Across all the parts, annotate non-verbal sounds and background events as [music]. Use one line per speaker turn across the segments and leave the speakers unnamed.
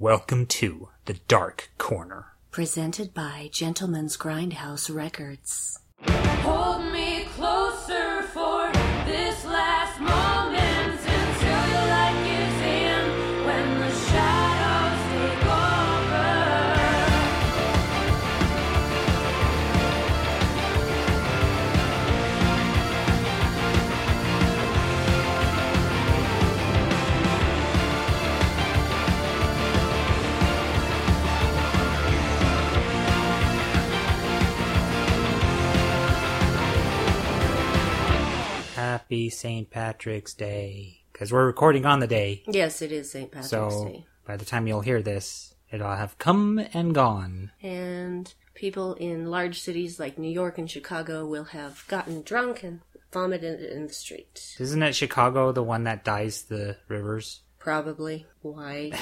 Welcome to The Dark Corner.
Presented by Gentleman's Grindhouse Records.
Hold me closer for this last moment until your light gives in when the shadows take over.
Happy St. Patrick's Day. Because we're recording on the day,
Yes, it is St. Patrick's
so
Day.
by the time you'll hear this, it'll have come and gone.
And people in large cities like New York and Chicago will have gotten drunk and vomited in the street.
Isn't it Chicago the one that dyes the rivers? [laughs]
Probably. Why?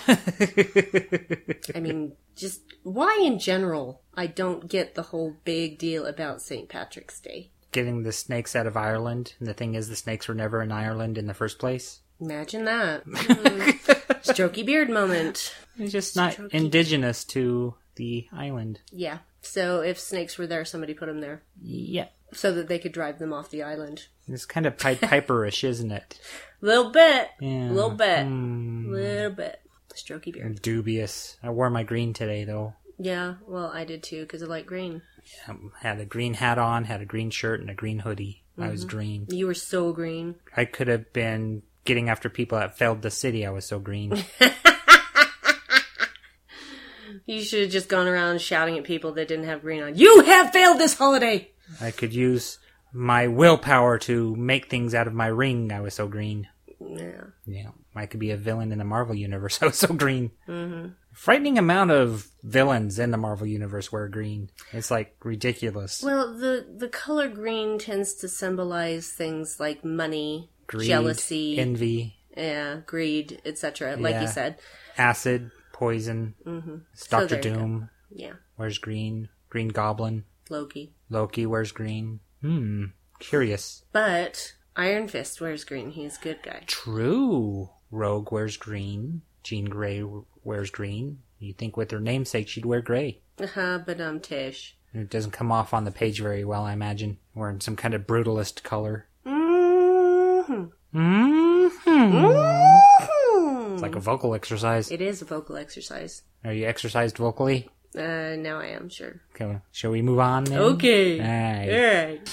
I mean, just why in general? I don't get the whole big deal about St. Patrick's Day.
Getting the snakes out of Ireland, and the thing is, the snakes were never in Ireland in the first place.
Imagine that. Mm. Strokey beard moment.
It's just not indigenous to the island.
Yeah. So if snakes were there, somebody put them there
Yeah.
so that they could drive them off the island.
It's kind of
[laughs]
Pied Piperish, isn't it?
Little bit.
Yeah.
Little bit.
Hmm.
Little bit. Strokey beard.
dubious. I wore my green today, though.
Yeah, well, I did too because I like green.
Um, had a green hat on, had a green shirt, and a green hoodie. I was
Mm-hmm.
green.
You were so green.
I could have been getting after people that failed the city. I was so
[laughs]
green.
You should have just gone around shouting at people that didn't have green on. You have failed this holiday!
I could use my willpower to make things out of my ring. I was so green.
Yeah.
Yeah, I could be a villain in the Marvel universe. [laughs] I was so green. Mm-hmm. Frightening amount of villains in the Marvel universe wear green. It's like ridiculous.
Well, the, the color green tends to symbolize things like money,
Greed,
jealousy,
envy,
yeah, greed, etc., like you
Yeah.
said.
acid, poison. Mm-hmm.
there
Doctor
you go.
Doom
Yeah,
wears green. Green Goblin.
Loki.
Loki wears green. Hmm. Curious.
But Iron Fist wears green. He's a good guy.
True. Rogue wears green. Jean Grey w- wears green. You'd think with her namesake she'd wear grey.
Uh-huh, but um, Tish.
It doesn't come off on the page very well, I imagine. Wearing some kind of brutalist color.
hmm
hmm
Mm-hmm.
It's like a vocal exercise.
It is a vocal exercise.
Are you exercised vocally?
Uh, now I am sure.
Okay, well, shall we move on then?
Okay.
Alright.
Alright.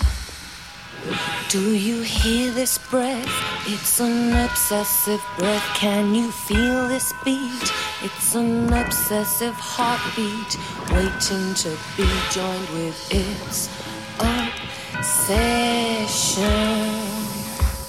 Do you hear this breath? It's an obsessive breath. Can you feel this beat? It's an obsessive heartbeat, waiting to be joined with its obsession.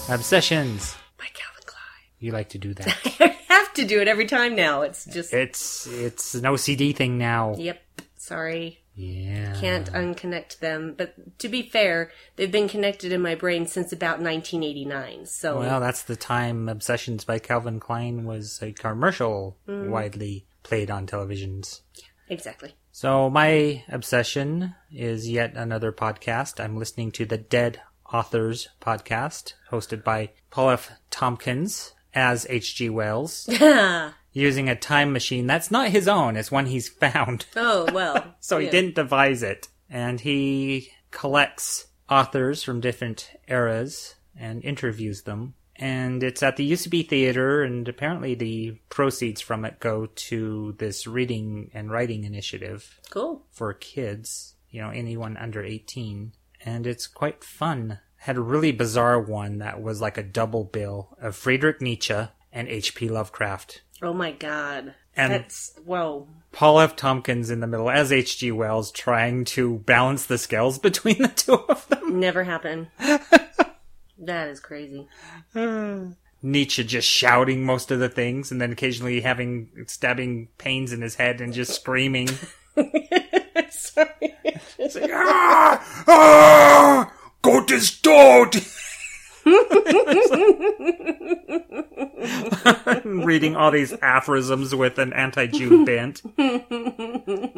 Obsessions.
By Calvin Klein.
You like to do that.
[laughs] I have to do it every time now. It's just.
it's it's an OCD thing now.
yep. Sorry.
Yeah.
Can't unconnect them. But to be fair, they've been connected in my brain since about 1989. So.
Well, that's the time Obsessions by Calvin Klein was a commercial widely played on televisions.
exactly. [laughs]
So, my obsession is yet another podcast. I'm listening to the Dead Authors podcast, hosted by Paul F. Tompkins as H.G. Wells,
Oh,
using a time machine that's not his own, it's one he's found.
Oh, well.
[laughs] So he
Yeah.
didn't devise it. And he collects authors from different eras and interviews them. And it's at the UCB Theater, and apparently the proceeds from it go to this reading and writing initiative
Cool.
for kids, you know, anyone under 18. And it's quite fun. Had a really bizarre one that was like a double bill of Friedrich Nietzsche and H.P. Lovecraft.
Oh my god.
And-
That's. Whoa.
Paul F. Tompkins in the middle as H.G. Wells trying to balance the scales [laughs] between the two of them. [laughs]
Never happened. that is crazy.
Nietzsche just shouting most of the things and then occasionally having stabbing pains in his head and just screaming.
Sorry.
It's like, ah! Ah! Gott ist tot! [laughs] I'm reading all these aphorisms with an anti-Jew bent. And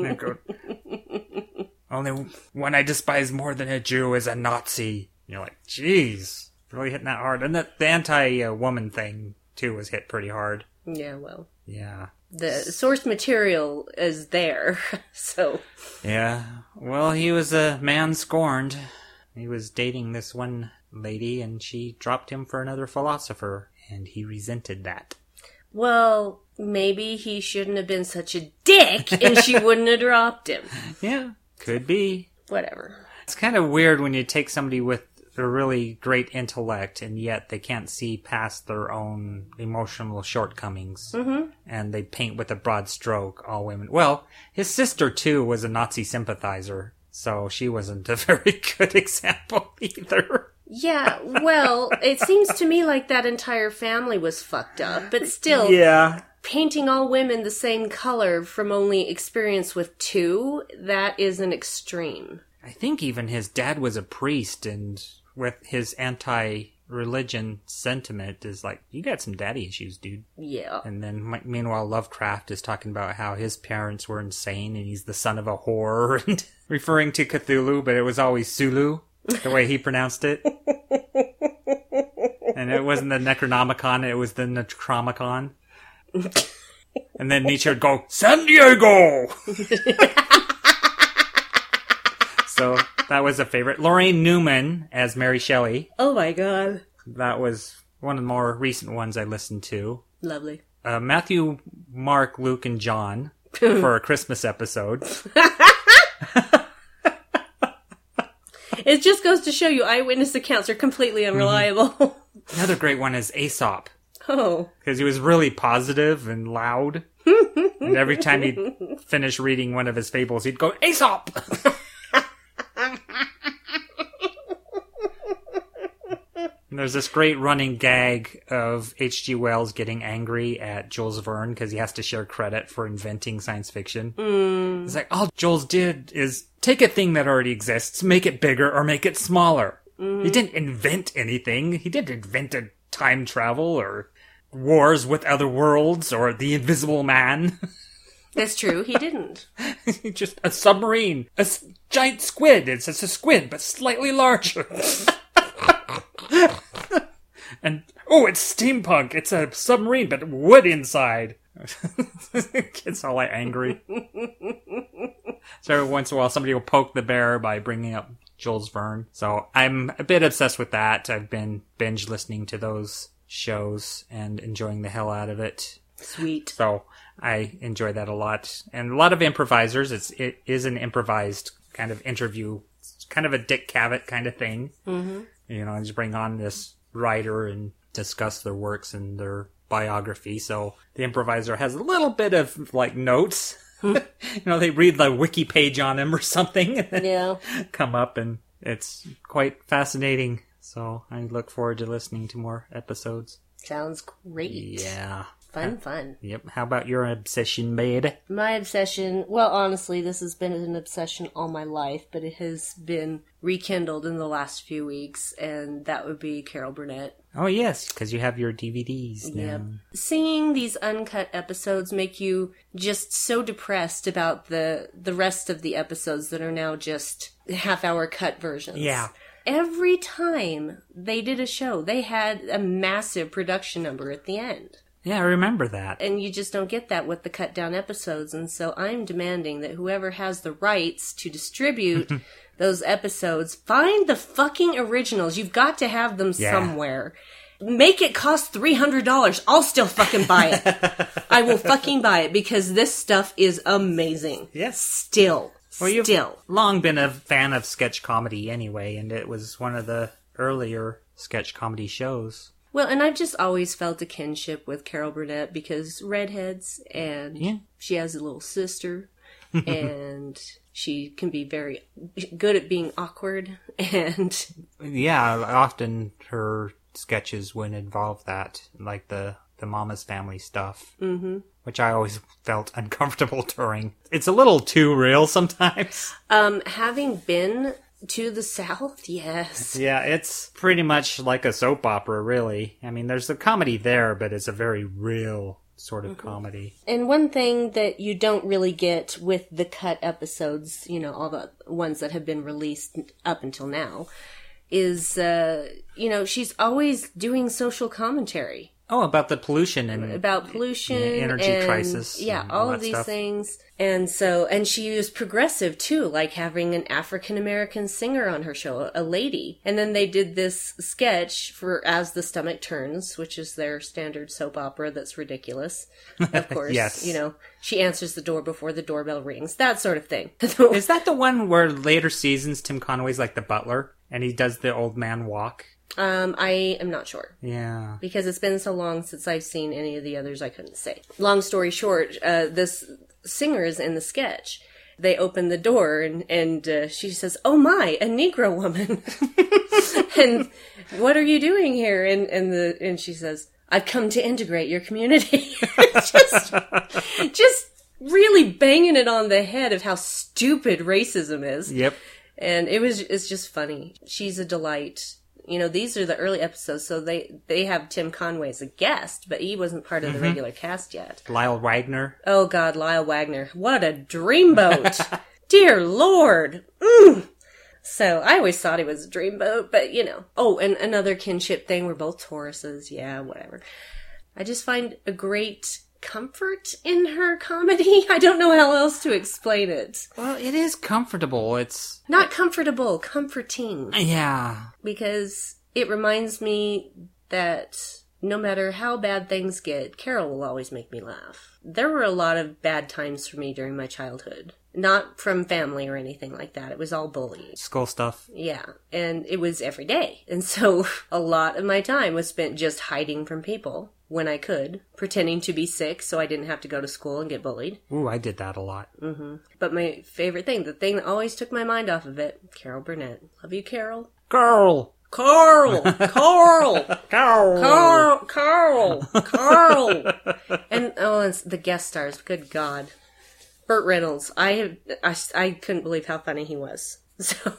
I go, Only one I despise more than a Jew is a Nazi. And you're like, jeez, really hitting that hard. And that the anti-woman thing too was hit pretty hard.
Yeah, well.
Yeah,
the source material is there. [laughs] So
Yeah. Well, he was a man scorned. He was dating this one lady, and she dropped him for another philosopher, and he resented that.
well, maybe he shouldn't have been such a dick and
[laughs]
she wouldn't have dropped him.
Yeah, could be.
Whatever.
It's kind of weird when you take somebody with a really great intellect and yet they can't see past their own emotional shortcomings mm-hmm. and they paint with a broad stroke all women. Well, his sister too was a Nazi sympathizer, so she wasn't a [laughs] very good example either.
Yeah, well, it seems to me like that entire family was fucked up, but
Oh.
still
Yeah.
painting all women the same color from only experience with two, that is an extreme.
I think even his dad was a priest, and with his anti religion sentiment, is like, you got some daddy issues, dude.
Yeah.
And then, mi- meanwhile, Lovecraft is talking about how his parents were insane and he's the son of a whore, [laughs] and referring to Cthulhu, but it was always Sulu, the way he pronounced it. and it wasn't the Necronomicon, it was the Necromicon. and then Nietzsche would go, San Diego! [laughs] so that was a favorite. Lorraine Newman as Mary Shelley.
Oh my god.
That was one of the more recent ones I listened to
Lovely.
uh, Matthew, Mark, Luke, and John for a Christmas episode.
It just goes to show you eyewitness accounts are completely unreliable. [laughs]
Another great one is Aesop
oh.
because he was really positive and loud. and every time he'd finish reading one of his fables, he'd go, Aesop! And There's this great running gag of H.G. Wells getting angry at Jules Verne because he has to share credit for inventing science fiction. It's like, all Jules did is take a thing that already exists, make it bigger or make it smaller. He didn't invent anything. He didn't invent a time travel or wars with other worlds or the invisible man. [laughs]
That's true, he didn't.
Just a submarine, a s- giant squid. It's just a squid, but slightly larger. [laughs] and oh, it's steampunk. It's a submarine, but wood inside. [laughs] Gets all like, angry. so every once in a while, somebody will poke the bear by bringing up Jules Verne. So I'm a bit obsessed with that. I've been binge listening to those shows and enjoying the hell out of it.
Sweet.
So I enjoy that a lot. And a lot of improvisers. It's it is an improvised kind of interview, it's kind of a Dick Cavett kind of thing. Mm-hmm. You know, just bring on this writer and discuss their works and their biography. So the improviser has a little bit of like notes. [laughs] you know, they read the wiki page on him or something, and then
Yeah.
come up, and it's quite fascinating. So I look forward to listening to more episodes.
Sounds great.
Yeah.
Fun, fun.
Yep. How about your obsession, babe?
My obsession, well, honestly, this has been an obsession all my life, but it has been rekindled in the last few weeks, and that would be Carol Burnett.
Oh yes, because you have your DVDs now.
Yep. Seeing these uncut episodes make you just so depressed about the the rest of the episodes that are now just half hour cut versions.
Yeah.
Every time they did a show, they had a massive production number at the end.
Yeah, I remember that.
And you just don't get that with the cut down episodes. And so I'm demanding that whoever has the rights
[laughs]
to distribute those episodes find the fucking originals. You've got to have them
Yeah.
somewhere. Make it cost $300. I'll still fucking buy it.
[laughs]
I will fucking buy it because this stuff is amazing.
Yes.
Still.
Well, you've
still.
long been a fan of sketch comedy anyway, and it was one of the earlier sketch comedy shows.
Well, and I've just always felt a kinship with Carol Burnett because redheads, and
Yeah.
she has a little sister, and she can be very good at being awkward, [laughs] and
Yeah, often her sketches would involve that, like the the Mama's Family stuff, mm-hmm. which I always [laughs] felt uncomfortable during. It's a little too real sometimes.
um, having been to the South, yes,
Yeah, it's pretty much like a soap opera, really. I mean, there's a comedy there, but it's a very real sort of
Mm-hmm.
comedy.
And one thing that you don't really get with the cut episodes, you know, all the ones that have been released up until now, is, uh, you know, she's always doing social commentary.
Oh, about the pollution and
about pollution,
Yeah, energy
and-
crisis
Yeah,
and all
all
that
of these
stuff.
things. And so, and she was progressive too, like having an African American singer on her show, a lady. And then they did this sketch for As the Stomach Turns, which is their standard soap opera that's ridiculous.
[laughs]
Of course,
Yes.
you know, she answers the door before the doorbell rings, that sort of thing. [laughs]
Is that the one where later seasons Tim Conway's like the butler and he does the old man walk?
um, I am not sure.
Yeah.
because it's been so long since I've seen any of the others, I couldn't say. Long story short, uh, this singer is in the sketch. They open the door and, and uh, she says, Oh my, a Negro woman. [laughs] and what are you doing here? And, and, the, and she says, I've come to integrate your community. [laughs] just, just really banging it on the head of how stupid racism is
Yep.
and it was it's just funny she's a delight you know these are the early episodes so they they have tim conway as a guest but he wasn't part of the regular cast yet
Lyle Wagner.
oh god lyle wagner what a dreamboat dear lord mm. so i always thought he was a dreamboat but you know oh and another kinship thing we're both tauruses yeah whatever i just find a great comfort in her comedy [laughs] i don't know how else to explain it
Well, it is comfortable. It's
not comfortable comforting
yeah.
because it reminds me that no matter how bad things get, Carol will always make me laugh. There were a lot of bad times for me during my childhood. Not from family or anything like that. It was all bullying.
Skull stuff.
Yeah. And it was every day. [laughs] And so a lot of my time was spent just hiding from people when I could, pretending to be sick so I didn't have to go to school and get bullied.
Ooh, I did that a lot.
But my favorite thing, the thing that always took my mind off of it, Carol Burnett. Love you, Carol.
Girl.
Carl! Carl!
Girl.
Carl, Carl, Carl, [laughs] and oh, and the guest stars. Good God, Burt Reynolds. I have, I, I couldn't believe how funny he was. [laughs] So,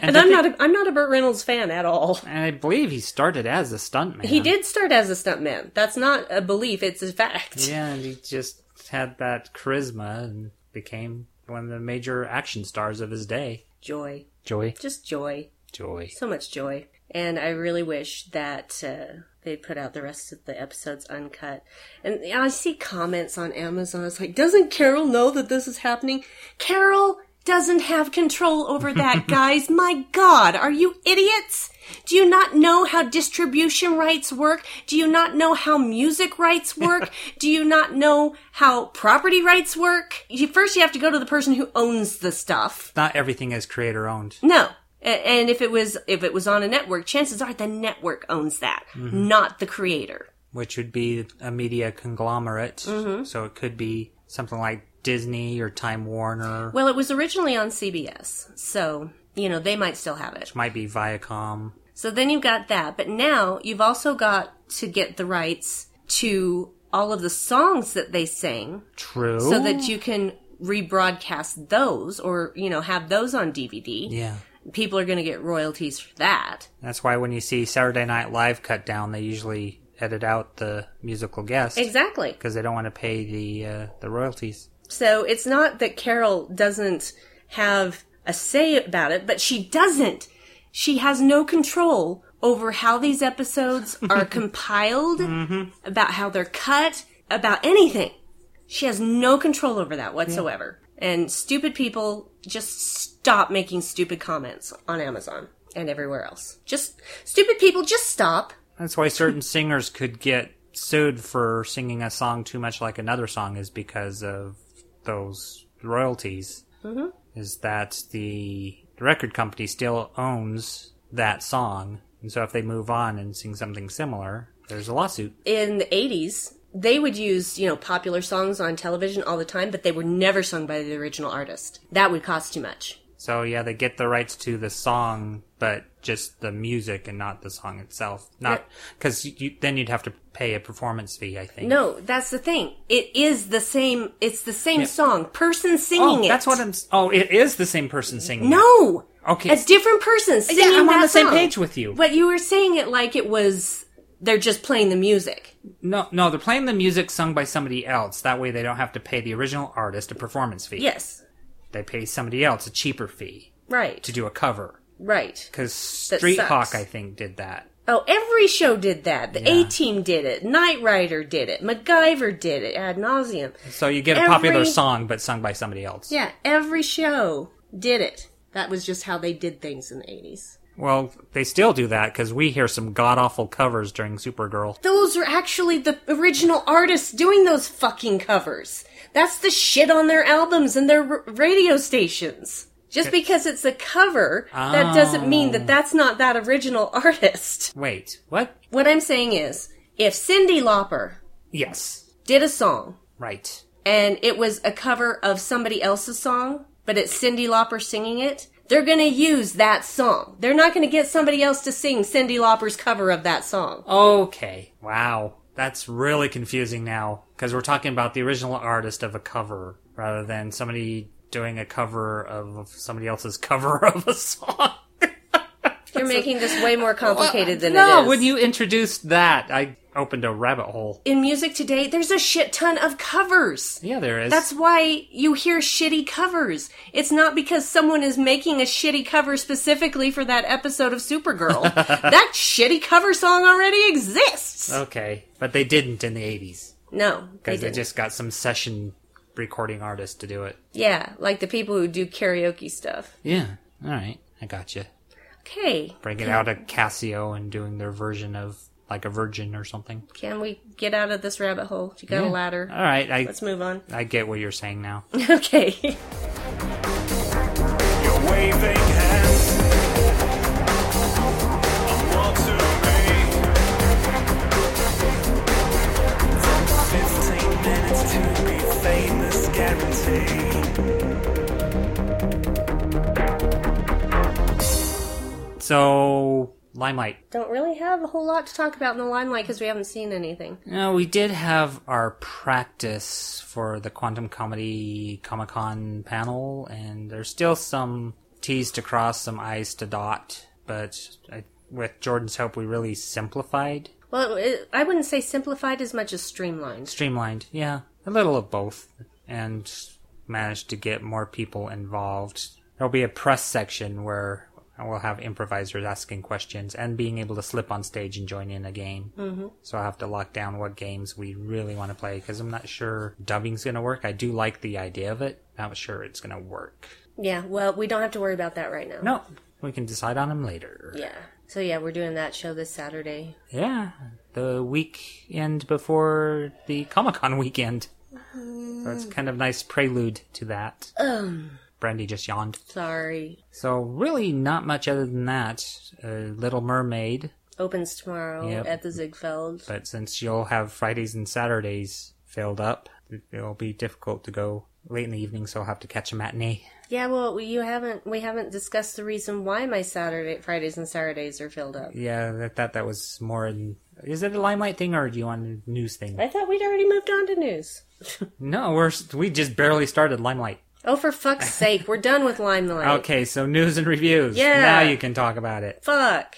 and, I'm not, a, I'm not a Burt Reynolds fan at all.
And I believe he started as a stuntman.
He did start as a stuntman. That's not a belief; it's a fact.
Yeah, [laughs] and he just had that charisma and became one of the major action stars of his day.
Joy,
Joy.
just joy,
Joy.
so much joy. And I really wish that uh, they put out the rest of the episodes uncut. And I see comments on Amazon. It's like, doesn't Carol know that this is happening? Carol doesn't have control over that, guys. My God, are you idiots? Do you not know how distribution rights work? Do you not know how music rights work? Do you not know how property rights work? You, first, you have to go to the person who owns the stuff.
Not everything is creator owned.
No. A- And if it was if it was on a network, chances are the network owns that, not the creator.
which would be a media conglomerate. So it could be something like Disney or Time Warner,
Well, it was originally on CBS, so you know they might still have it.
might be Viacom.
So then you've got that, but now you've also got to get the rights to all of the songs that they sang,
True.
so that you can rebroadcast those, or you know have those on DVD.
yeah.
People are going to get royalties for that.
That's why when you see Saturday Night Live cut down, they usually edit out the musical guest because
Exactly.
they don't want to pay the uh, the royalties.
So it's not that Carol doesn't have a say about it, but she doesn't. She has no control over how these episodes are compiled, about how they're cut, about anything. She has no control over that whatsoever. And stupid people just stop making stupid comments on Amazon and everywhere else. Just stupid people just stop.
That's why certain singers could get sued for singing a song too much like another song is because of those royalties. Mm-hmm. Is that the record company still owns that song, and so if they move on and sing something similar, there's a lawsuit.
in the 80s they would use you know popular songs on television all the time but they were never sung by the original artist that would cost too much
So yeah, they get the rights to the song, but just the music and not the song itself. Not because you, then you'd have to pay a performance fee. I think.
no that's the thing it is the same it's the same song person singing
Oh,
it
that's what I'm. s- Oh, it is the same person singing.
no
Okay.
a different person singing
I'm on
that
the same
song.
page with you.
but you were saying it like it was they're just playing the music
No, no, they're playing the music sung by somebody else. That way, they don't have to pay the original artist a performance fee.
yes
They pay somebody else a cheaper fee
right
to do a cover.
right
Because
That
Street
sucks.
Hawk, I think, did that.
Oh, every show did that. The
Yeah.
A Team did it. Knight Rider did it. MacGyver did it ad nauseum.
So you get a popular
Every-
song, but sung by somebody else.
Yeah, every show did it. That was just how they did things in the 80s.
Well, they still do that because we hear some god awful covers during Supergirl.
Those are actually the original artists doing those fucking covers. That's the shit on their albums and their r- radio stations. Just because it's a cover, that doesn't mean that that's not that original [laughs] artist.
Wait, what?
What I'm saying is, if Cindy Lauper
Yes,
did a song
right.
and it was a cover of somebody else's song, but it's Cindy Lauper singing it, they're gonna use that song. They're not gonna get somebody else to sing Cindy Lauper's cover of that song.
Okay. Wow. That's really confusing now because we're talking about the original artist of a cover rather than somebody doing a cover of somebody else's [laughs] cover of a song.
You're making this
[laughs]
way more complicated than
no,
it is.
when you introduced that, I opened a rabbit hole.
in music today, there's a shit ton of covers.
Yeah, there is.
That's why you hear shitty covers. It's not because someone is making a shitty cover specifically for that episode of Supergirl.
[laughs]
that shitty cover song already exists.
okay, but they didn't in the eighties
no, they
Oh. because they
didn't.
just got some session recording artist to do it.
yeah, like the people who do karaoke stuff.
Yeah. All right. I got you.
Okay,
Bringing out a Casio and doing their version of like a virgin or something.
can we get out of this rabbit hole? You got a ladder.
All right. I
Let's move on. [laughs]
I get what you're saying now.
okay.
You're waving hands. I'm all to me. Fifteen minutes to be famous, guaranteed.
So, Limelight.
Don't really have a whole lot to talk about in the limelight because we haven't seen anything.
No, we did have our practice for the Quantum Comedy Comic Con panel, and there's still some T's to cross, some I's to dot, but I, with Jordan's help, we really simplified.
Well, it, I wouldn't say simplified as much as streamlined.
Streamlined, yeah, a little of both, and managed to get more people involved. There'll be a press section where we'll have improvisers asking questions and being able to slip on stage and join in a game. Mm-hmm. So I'll have to lock down what games we really want to play because I'm not sure dubbing's going to work. I do like the idea of it, not sure it's going to work.
Yeah, well, we don't have to worry about that right now.
No, we can decide on them later.
Yeah. So, yeah, we're doing that show this Saturday.
Yeah, the weekend before the Comic Con weekend. So it's kind of nice prelude to that. Brandy just yawned.
Sorry.
So really, not much other than that. Uh, Little Mermaid,
Opens tomorrow
Yep.
at the Ziegfeld.
but since you'll have Fridays and Saturdays filled up, it'll be difficult to go late in the evening. So I'll have to catch a matinee.
Yeah, well, we- you haven't we haven't discussed the reason why my Saturday Fridays and Saturdays are filled up.
Yeah, I thought that was more. In, is it a limelight thing or do you want a news thing?
I thought we'd already moved on to news. [laughs]
No, we're we just barely started limelight.
Oh, for fuck's sake, we're done with Limelight.
Okay, so news and reviews.
Yeah.
Now you can talk about it.
Fuck.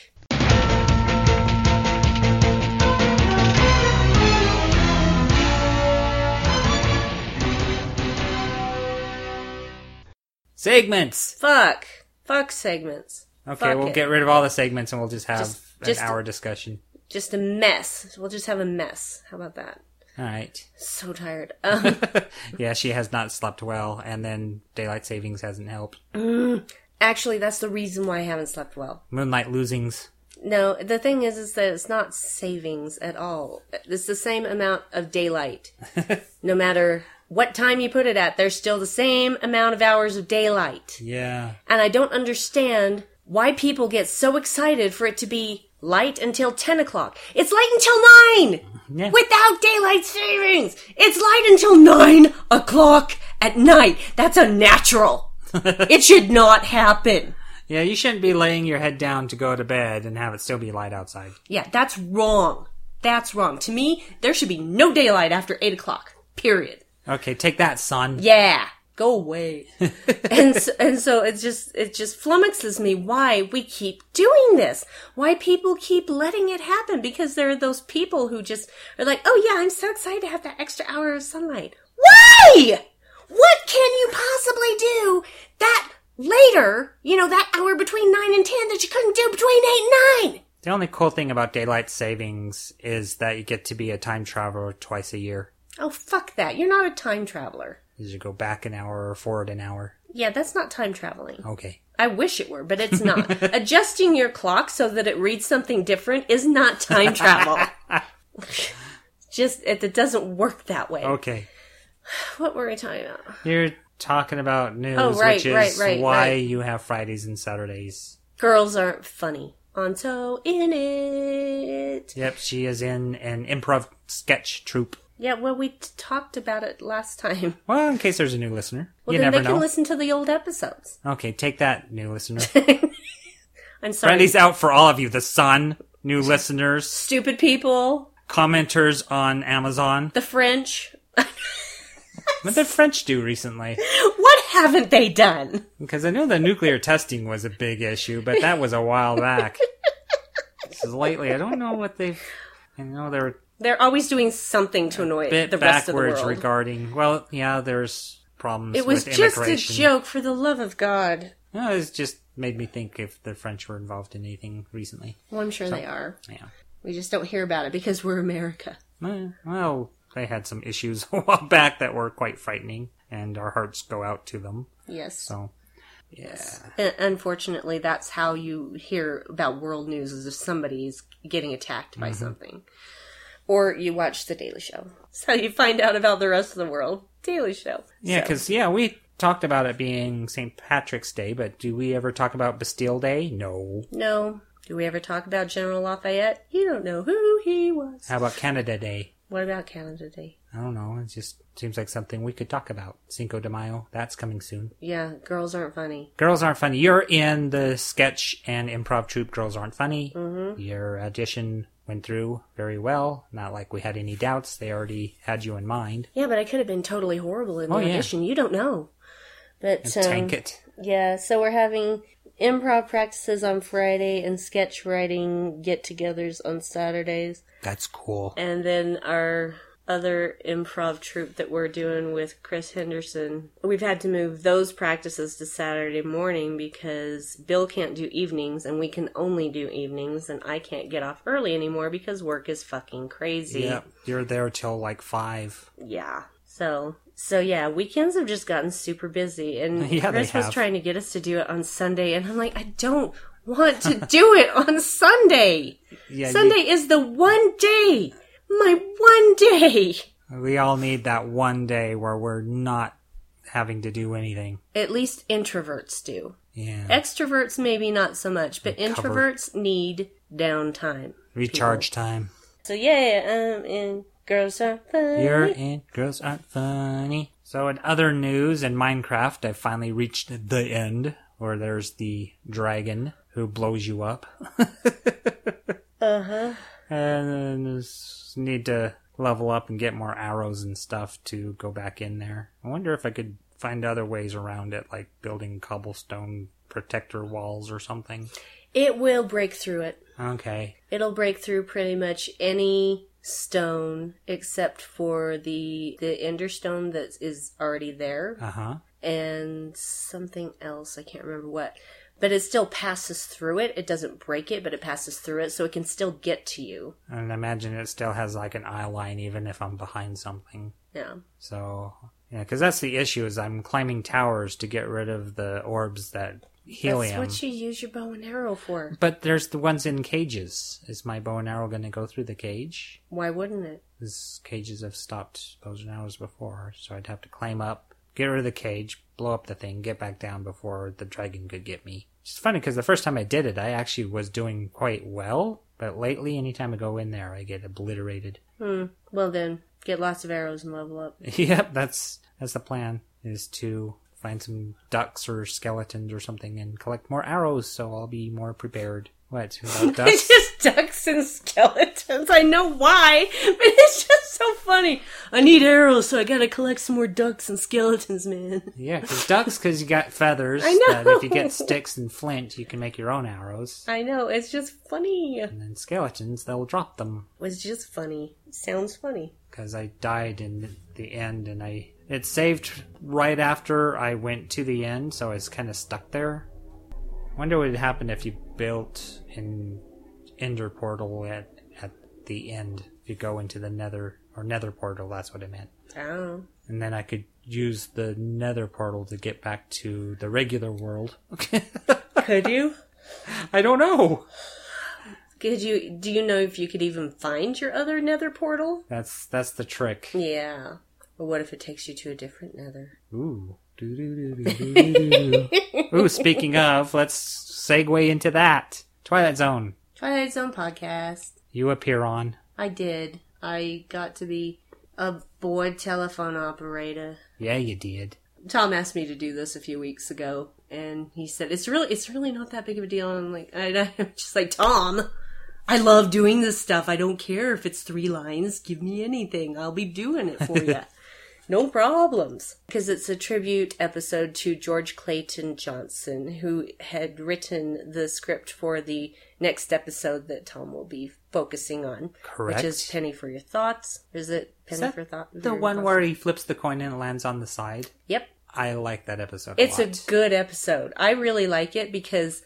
Segments.
Fuck. Fuck segments.
Okay,
Fuck
we'll
it.
get rid of all the segments and we'll just have
Just-
an
just-
hour discussion.
Just a mess. We'll just have a mess. How about that?
All
[laughs]
right.
So tired.
[laughs]
Um,
Yeah, she has not slept well, and then daylight savings hasn't helped.
actually, that's the reason why I haven't slept well.
Moonlight losings.
No, the thing is, is that it's not savings at all. It's the same amount
[laughs]
of daylight. no matter what time you put it at, there's still the same amount of hours of daylight.
Yeah.
And I don't understand why people get so excited for it to be light until 10 o'clock. It's light until 9!
Yeah.
Without daylight savings! It's light until 9 o'clock at night. That's unnatural. it should not happen.
Yeah, you shouldn't be laying your head down to go to bed and have it still be light outside.
Yeah, that's wrong. That's wrong. To me, there should be no daylight after 8 o'clock. Period.
Okay, take that, son.
Yeah. Go away. and, so, and so it just, it just flummoxes me why we keep doing this. Why people keep letting it happen because there are those people who just are like, oh yeah, I'm so excited to have that extra hour of sunlight. Why? What can you possibly do that later, you know, that hour between 9 and 10 that you couldn't do between 8 and 9?
The only cool thing about daylight savings is that you get to be a time traveler twice a year.
Oh, fuck that. You're not a time traveler.
You just go back an hour or forward an hour.
Yeah, that's not time traveling.
Okay.
I wish it were, but it's not.
[laughs]
Adjusting your clock so that it reads something different is not
[laughs]
time travel. Just, it, it doesn't work that way.
Okay.
What were we talking about?
You're talking about news,
Oh, right,
which is
right, right,
why
right.
you have Fridays and Saturdays.
Girls aren't funny. On so in it.
Yep, she is in an improv sketch troupe.
Yeah, well, we t- talked about it last time.
Well, in case there's a new listener,
Well,
you
then
never
they
know.
can listen to the old episodes.
Okay, take that, new
[laughs]
listener.
I'm sorry.
Brandy's out for all of you. The sun,
[laughs]
new listeners,
Stupid people,
commenters on Amazon.
the French.
What did French do recently?
What haven't they done?
Because I know the nuclear testing was a big issue, but that was a while
[laughs]
back. This is lately. I don't know what they've. I know they're
They're always doing something to annoy
a bit
the rest of the
backwards
world.
regarding. Well, yeah, there's problems.
it was
with
just a
immigration.
joke, for the love of God.
No, it's just made me think if the French were involved in anything recently.
Well, I'm sure they are.
Yeah.
We just don't hear about it because we're America.
Well, Well, they had some issues [laughs] a while back that were quite frightening, and our hearts go out to them.
Yes.
So, yeah.
Un- Unfortunately, that's how you hear about world news is if somebody's getting attacked
Mm-hmm.
by something. Or you watch The Daily Show. That's how you find out about the rest of the world. Daily Show.
Yeah,
So-
because, yeah, we talked about it being St. Patrick's Day, but do we ever talk about Bastille Day? No.
No. Do we ever talk about General Lafayette? You don't know who he was.
How about Canada Day?
What about Canada Day?
I don't know. It just seems like something we could talk about. Cinco de Mayo, that's coming soon.
Yeah, girls aren't funny.
Girls Aren't Funny. You're in the sketch and improv troupe Girls Aren't Funny.
Mm-hmm.
Your audition went through very well. Not like we had any doubts. They already had you in mind.
Yeah, but I could have been totally horrible in the
Oh, yeah.
audition. You don't know. But um,
Tank it.
Yeah, so we're having improv practices on Friday and sketch writing get togethers on Saturdays.
That's cool.
And then our other improv troupe that we're doing with Chris Henderson, we've had to move those practices to Saturday morning because Bill can't do evenings and we can only do evenings and I can't get off early anymore because work is fucking crazy.
Yeah, you're there till like five.
Yeah. So so yeah, weekends have just gotten super busy and
[laughs] Yeah, they
Chris was
have.
trying to get us to do it on Sunday and I'm like, I don't want to
[laughs]
do it on Sunday.
Yeah, you-
Sunday is the one day. My one day.
we all need that one day where we're not having to do anything.
At least introverts do.
Yeah,
Extroverts maybe not so much, but
Recover.
introverts need downtime.
recharge time.
So yeah, um and girls are funny.
You're in. Girls aren't funny. So in other news, in Minecraft, I finally reached the end where there's the dragon who blows you up. [laughs] uh huh.
Uh-huh.
And then just need to level up and get more arrows and stuff to go back in there. I wonder if I could find other ways around it, like building cobblestone protector walls or something.
It will break through it.
Okay.
It'll break through pretty much any stone except for the the ender stone that is already there
Uh huh.
and something else I can't remember what. But it still passes through it. It doesn't break it, but it passes through it so it can still get to you.
And I imagine it still has like an eye line, even if I'm behind something.
Yeah.
So yeah, because that's the issue is I'm climbing towers to get rid of the orbs that helium.
That's what you use your bow and arrow for.
but there's the ones in cages. Is my bow and arrow going to go through the cage?
Why wouldn't it?
Because cages have stopped bows and arrows before, so I'd have to climb up, get rid of the cage, blow up the thing, get back down before the dragon could get me. It's funny because the first time I did it, I actually was doing quite well, but lately, anytime I go in there, I get obliterated.
Well then, get lots of arrows and level up.
[laughs] Yep, that's that's the plan is to find some ducks or skeletons or something and collect more arrows so I'll be more prepared. What
[laughs]
about ducks?
It's just ducks and skeletons. I know why, but it's just so funny. I need arrows, so I gotta collect some more ducks and skeletons, man.
yeah, 'cause ducks because you got feathers.
I know.
That if you get sticks and flint, you can make your own arrows.
I know, it's just funny. It
And then skeletons, they'll drop them
was just funny. Sounds funny.
because I died in the end and I it saved right after I went to the end, so I was kind of stuck there. Wonder what would happen if you built in ender portal at at the end. If you go into the nether or nether portal, that's what it meant.
Oh.
And then I could use the nether portal to get back to the regular world. [laughs]
Could you?
I don't know.
[laughs] Could you? Do you know if you could even find your other nether portal?
That's that's the trick.
Yeah. Or what if it takes you to a different nether?
Ooh. Doo-doo-doo-doo-doo-doo-doo. Ooh, speaking of, let's segue into that. Twilight Zone.
Twilight Zone podcast.
You appear on.
I did. I got to be a bored telephone operator.
Yeah, you did.
Tom asked me to do this a few weeks ago, and he said it's really it's really not that big of a deal. And I'm like, I, [laughs] I'm just like Tom. I love doing this stuff. I don't care if it's three lines. Give me anything. I'll be doing it for
[laughs]
you. No problems. Because it's a tribute episode to George Clayton Johnson, who had written the script for the next episode that Tom will be focusing on.
Correct.
Which is Penny for Your Thoughts. Or is it Penny
Is that
for Thought?
the
Your
one
Thoughts?
where he flips the coin and lands on the side?
Yep.
I like that episode.
It's
a,
a
lot.
good episode. I really like it because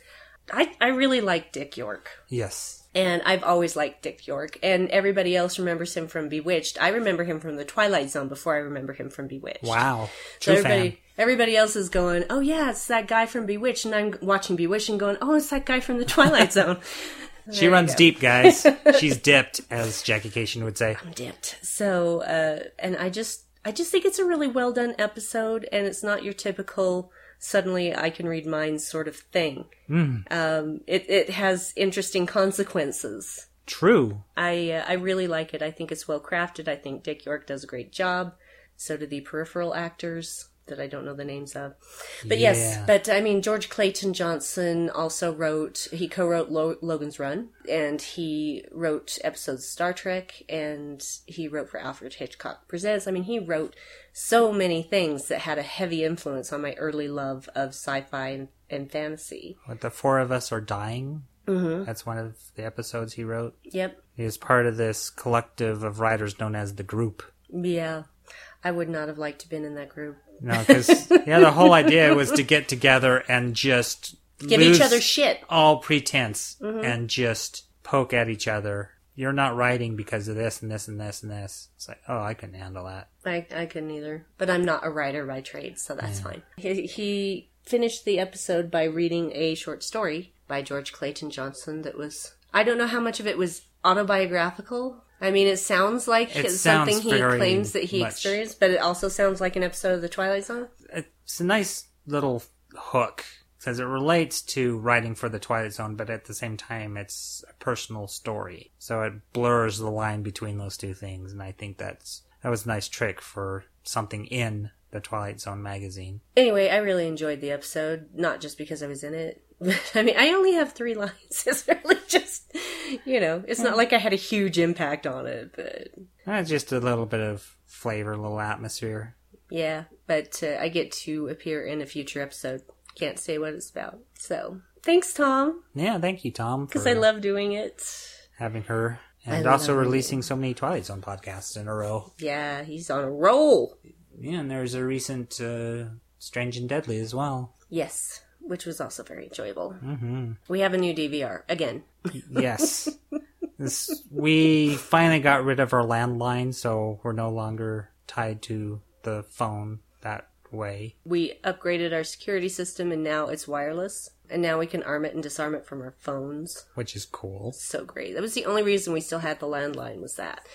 I, I really like Dick York.
yes.
And I've always liked Dick York. And everybody else remembers him from Bewitched. I remember him from The Twilight Zone before I remember him from Bewitched.
Wow.
So
True
everybody,
fan.
everybody else is going, oh yeah, it's that guy from Bewitched. And I'm watching Bewitched and going, oh, it's that guy from
[laughs]
The Twilight Zone.
She runs deep,
[laughs]
guys. She's dipped, as Jackie Cation would say.
dipped. So, uh, and I just, I just think it's a really well done episode, and it's not your typical suddenly I can read minds sort of thing. Um, it it has interesting consequences.
True.
I uh, I really like it. I think it's well crafted. I think Dick York does a great job. So do the peripheral actors that I don't know the names of. But yes,
Yeah.
but I mean George Clayton Johnson also wrote he co-wrote Lo- Logan's Run and he wrote episodes of Star Trek and he wrote for Alfred Hitchcock Presents. I mean he wrote so many things that had a heavy influence on my early love of sci-fi and, and fantasy.
What, the four of us are dying.
Mm-hmm.
That's one of the episodes he wrote.
Yep.
He was part of this collective of writers known as the group.
Yeah. I would not have liked to been in that group.
No, because yeah, the whole idea was to get together and just
Give
lose
each other Mm-hmm. shit.
all pretense and just poke at each other. You're not writing because of this and this and this and this. It's like, oh, I couldn't handle that.
I, I couldn't either. But I'm not a writer by trade, so that's fine. He, he finished the episode by reading a short story by George Clayton Johnson that was. I don't know how much of it was autobiographical. I mean, it sounds like
It
it's
sounds
something he
very
claims that he
much.
experienced, but it also sounds like an episode of The Twilight Zone.
It's a nice little hook because it relates to writing for the Twilight Zone, but at the same time, it's a personal story. So it blurs the line between those two things, and I think that's that was a nice trick for something in the Twilight Zone magazine.
Anyway, I really enjoyed the episode, not just because I was in it. [laughs] But, I mean, I only have three [laughs] lines. It's really just, you know, it's not like I had a huge impact on it, but
Uh, just a little bit of flavor, a little atmosphere.
Yeah, but uh, I get to appear in a future episode. Can't say what it's about. So thanks,
Oh,
Tom,
Yeah, thank you, Tom,
because
for
I love doing it.
having her and
I
also
love
releasing so many Twilight Zone podcasts in a row.
Yeah, he's on a roll.
Yeah, and there's a recent uh, Strange and Deadly as well.
Yes, which was also very enjoyable. Mm-hmm. We have a new DVR again. [laughs]
Yes. this, we finally got rid of our landline, so we're no longer tied to the phone that way.
We upgraded our security system, and now it's wireless. And now we can arm it and disarm it from our phones.
Which is cool.
so great. That was the only reason we still had the landline was that.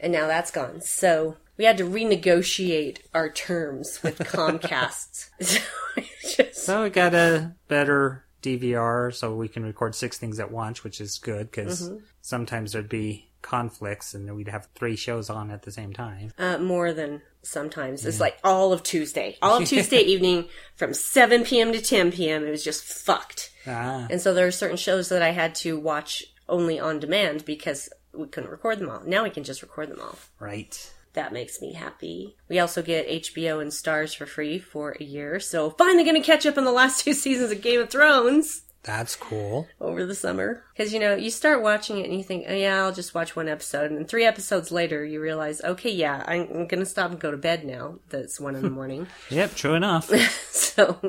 And now that's gone. So we had to renegotiate our terms with Comcast. [laughs] so it's just
So we got a better DVR, so we can record six things at once, which is good because
Mm-hmm.
sometimes there'd be conflicts and we'd have three shows on at the same time.
uh, more than sometimes. It's like all of Tuesday. All of Tuesday evening from 7 p.m. to 10 p.m. It was just fucked.
Ah,
And so there are certain shows that I had to watch only on demand because we couldn't record them all. Now we can just record them all.
right.
That makes me happy. We also get HBO [laughs] and Stars for free for a year, so finally gonna catch up on the last two seasons of Game of Thrones.
That's cool.
over the summer. Because, you know, you start watching it and you think, oh, yeah, I'll just watch one episode. And three episodes later, you realize, okay, yeah, I'm, I'm going to stop and go to bed now. That's one in
[laughs]
the morning. [laughs]
Yep, true enough.
so.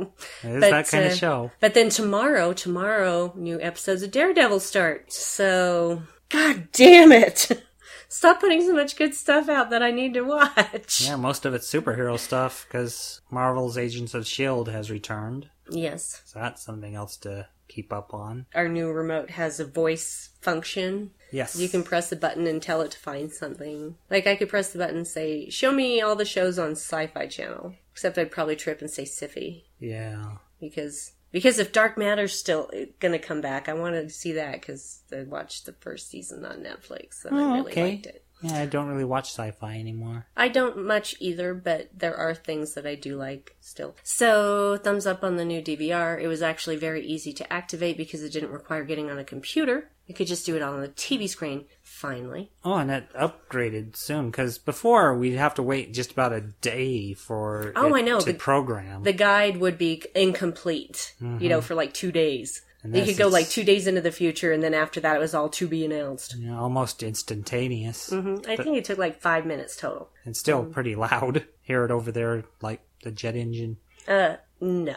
It is
but,
that kind
uh,
of show.
But then tomorrow, tomorrow, new episodes of Daredevil start. So, god damn it. [laughs] Stop putting so much good stuff out that I need to watch.
Yeah, most of it's superhero stuff because Marvel's Agents of S.H.I.E.L.D. E has returned.
Yes.
So that's something else to keep up on.
Our new remote has a voice function.
Yes.
You can press a button and tell it to find something. Like I could press the button and say, "Show me all the shows on Sci-Fi Channel." Except I'd probably trip and say "Siffy"
Yeah.
because because if Dark Matter's still going to come back, I want to see that because I watched the first season on Netflix and
Oh,
I really
okay.
liked it.
Yeah, I don't really watch sci fi anymore.
I don't much either, but there are things that I do like still. So, thumbs up on the new DVR. It was actually very easy to activate because it didn't require getting on a computer. You could just do it on the TV screen, finally.
Oh, and it upgraded soon because before we'd have to wait just about a day for
Oh,
it
I know,
to
the-
program.
The guide would be incomplete, you know, for like two days.
Mm-hmm. And
You
this
could go
is-
like two days into the future, and then after that, it was all to be announced.
You know, almost instantaneous
hmm I think it took like five minutes total.
and still
Mm-hmm.
pretty [laughs] loud. Hear it over there like the jet engine. [laughs]
No.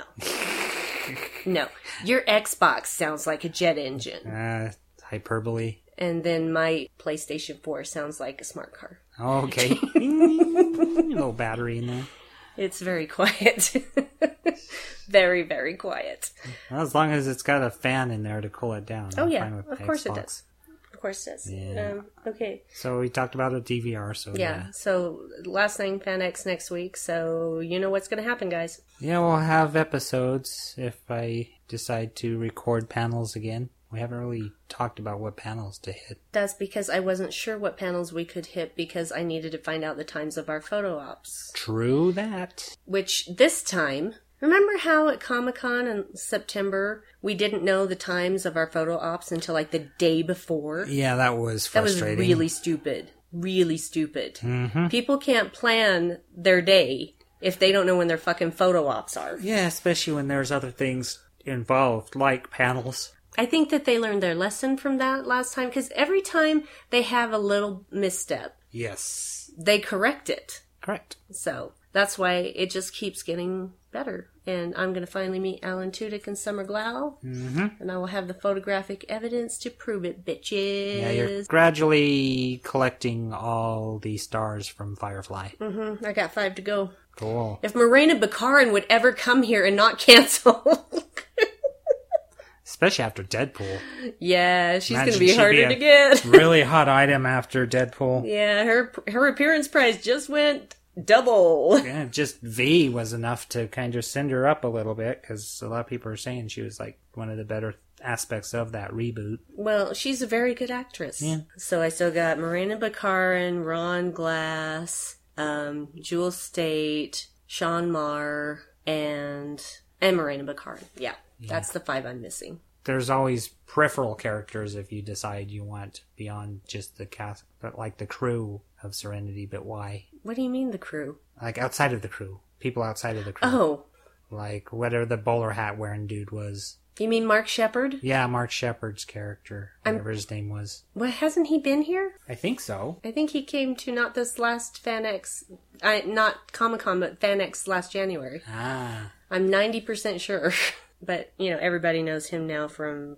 no. Your Xbox sounds like a jet engine.
Uh, hyperbole.
and then my PlayStation 4 sounds like a smart car. [laughs]
Okay. [laughs] little battery in there.
It's very [laughs] quiet. very, very quiet.
Well, as long as it's got a fan in there to cool it down.
Oh,
I'm
yeah.
fine with
Of course it
Xbox.
does. Of course it does.
Yeah.
Um, okay.
So we talked about a DVR. So
Yeah.
yeah,
So last thing, Fan X next week. So you know what's going to happen, guys.
yeah, we'll have episodes if I decide to record panels again. We haven't really talked about what panels to hit.
That's because I wasn't sure what panels we could hit because I needed to find out the times of our photo ops.
True that.
Which this time, remember how at Comic Con in September we didn't know the times of our photo ops until like the day before?
Yeah, that was
That was
E, frustrating.
really stupid. Really stupid. People can't plan their day if they don't know when their fucking photo ops are.
yeah, especially when there's other things involved like panels.
I think that they learned their lesson from that last time because every time they have a little misstep,
Yes,
they correct it.
correct.
So that's why it just keeps getting better. And I'm going to finally meet Alan Tudyk and Summer Glau, mm-hmm. and I will have the photographic evidence to prove it, bitches.
Yeah, you're gradually collecting all the stars from Firefly.
Mhm, I got five to go.
Cool.
If Morena Bakarin would ever come here and not [laughs] cancel.
Especially after Deadpool.
yeah, she's going to
Imagine
be
she'd
harder
be a-
to
[laughs]
get. [laughs]
really hot item after Deadpool.
yeah, her her appearance price just went double.
Yeah, just V was enough to kind of send her up a little bit because a lot of people are saying she was like one of the better aspects of that reboot.
Well, she's a very good actress. So I still got Morena Bakarin, Ron Glass, um, Jewel State, Sean Marr, and and Morena Bakarin. Yeah, that's the five I'm missing.
There's always peripheral characters if you decide you want beyond just the cast, but like the crew of Serenity. But why?
What do you mean the crew?
Like outside of the crew, people outside of the crew,
Oh,
like whatever the bowler hat wearing dude was.
you mean Mark Shepard?
Yeah, Mark Shepard's character, whatever his name was.
Well, hasn't he been here?
I think so.
I think he came to not this last FanX, I, not Comic Con, but FanX last January.
Ah,
I'm 90% sure. [laughs] but, you know, everybody knows him now from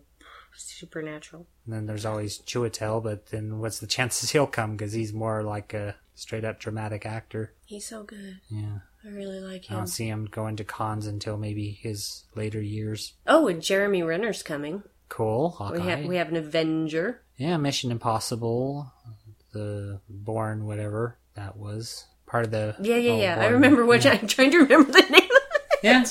Supernatural.
And then there's always Chiwetel, but then what's the [laughs] chances he'll come? Because he's more like a straight up dramatic actor.
He's so good.
Yeah.
I really like
I
him.
don't see him going to cons until maybe his later years.
Oh, and Jeremy Renner's coming.
Cool.
We
Hawkeye.
have we have an Avenger.
yeah, Mission Impossible, the Born whatever that was. Part of the.
Yeah, yeah,
oh,
yeah. I
Bourne.
remember which I'm trying to remember the name.
Yeah.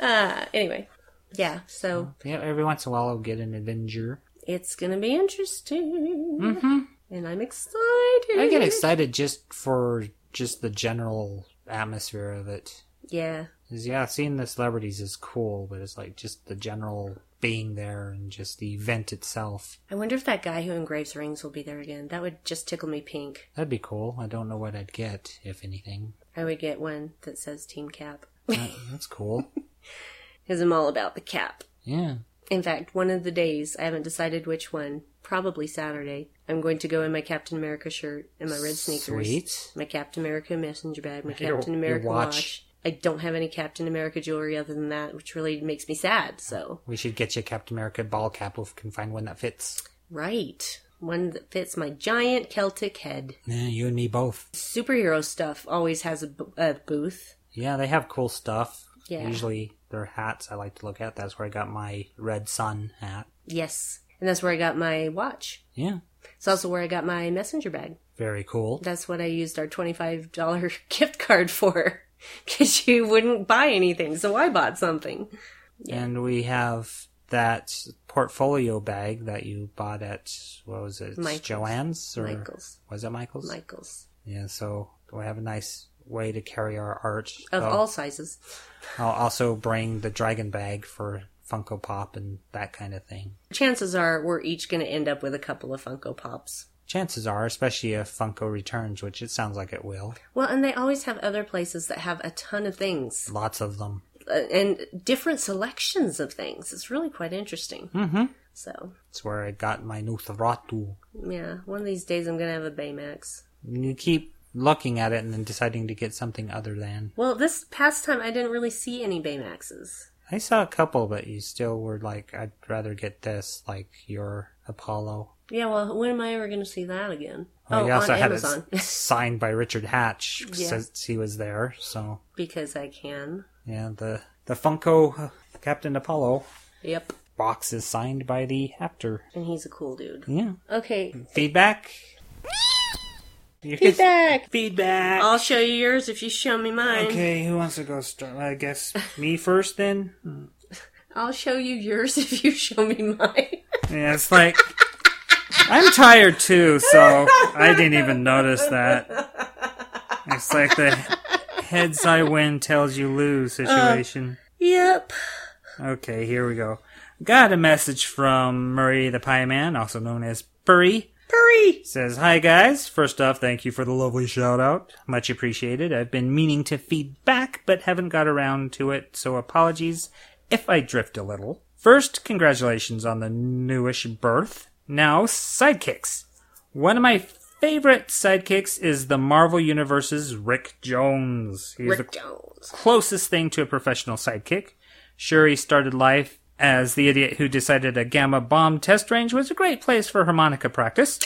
uh, anyway, yeah. So
yeah. Every once in a while, I'll get an Avenger.
it's gonna be interesting,
Mm-hmm.
and I'm excited.
I get excited just for just the general atmosphere of it.
Yeah.
'Cause, yeah, seeing the celebrities is cool, but it's like just the general being there and just the event itself.
I wonder if that guy who engraves rings will be there again. That would just tickle me pink.
That'd be cool. I don't know what I'd get, if anything.
I would get one that says Team Cap. [laughs]
That- that's cool.
Because I'm all about the cap.
Yeah.
In fact, one of the days, I haven't decided which one, probably Saturday, I'm going to go in my Captain America shirt and my red sneakers.
Sweet.
My Captain America messenger bag, my
[laughs] Your-
Captain
your
America
watch.
watch. I don't have any Captain America jewelry other than that, which really makes me sad, so.
We should get you a Captain America ball cap if we can find one that fits.
Right. One that fits my giant Celtic head.
Yeah, you and me both.
Superhero stuff always has a, b- a booth.
Yeah, they have cool stuff.
Yeah.
Usually their hats I like to look at. That's where I got my red sun hat.
Yes. And that's where I got my watch.
Yeah.
It's also where I got my messenger bag.
Very cool.
That's what I used our $25 [laughs] gift card for. [laughs] Because you wouldn't buy anything, so I bought something.
And we have that portfolio bag that you bought at what was it?
Michael's.
Joanne's or
Michael's.
was it Michael's?
Michael's.
Yeah, so we have a nice way to carry our art.
Of
Oh,
all sizes.
I'll also bring the dragon bag for Funko Pop and that kind of thing.
Chances are we're each going to end up with a couple of Funko Pops.
Chances are, especially if Funko returns, which it sounds like it will,
Well, and they always have other places that have a ton of things.
lots of them.
uh, and different selections of things. It's really quite interesting. Mm-hmm. So,
It's where I got my Nuthratu.
yeah, one of these days I'm going to have a Baymax.
You keep looking at it and then deciding to get something other than.
Well, this past time I didn't really see any Baymaxes.
I saw a couple, but you still were like, I'd rather get this, like your Apollo.
Yeah, well, when am I ever going to see that again?
Well,
oh,
you also
on
had
Amazon. [laughs]
it s- signed by Richard Hatch
Yeah.
since he was there. So
because I can.
yeah, the the Funko uh, Captain Apollo
Yep.
box is signed by the actor.
And he's a cool dude.
Yeah.
Okay.
Mm. Feedback. You can-
Feedback!
Feedback.
I'll show you yours if you show me mine.
Okay, who wants to go start? I guess me first then.
I'll show you yours [laughs] if you show me mine. [laughs]
Yeah, it's like I'm tired too, so I didn't even notice that. It's like the heads I win, tails you lose situation.
yep.
Okay, here we go. Got a message from Murray the Pie Man, also known as Purry.
Hurry!
Says, Hi guys. First off, thank you for the lovely shout out. Much appreciated. I've been meaning to feed back, but haven't got around to it, so apologies if I drift a little. First, congratulations on the newish birth. Now, sidekicks. One of my favorite sidekicks is the Marvel Universe's Rick Jones. He's the
Rick Jones.
closest thing to a professional sidekick. Sure, he started life as the idiot who decided a gamma bomb test range was a great place for harmonica practice.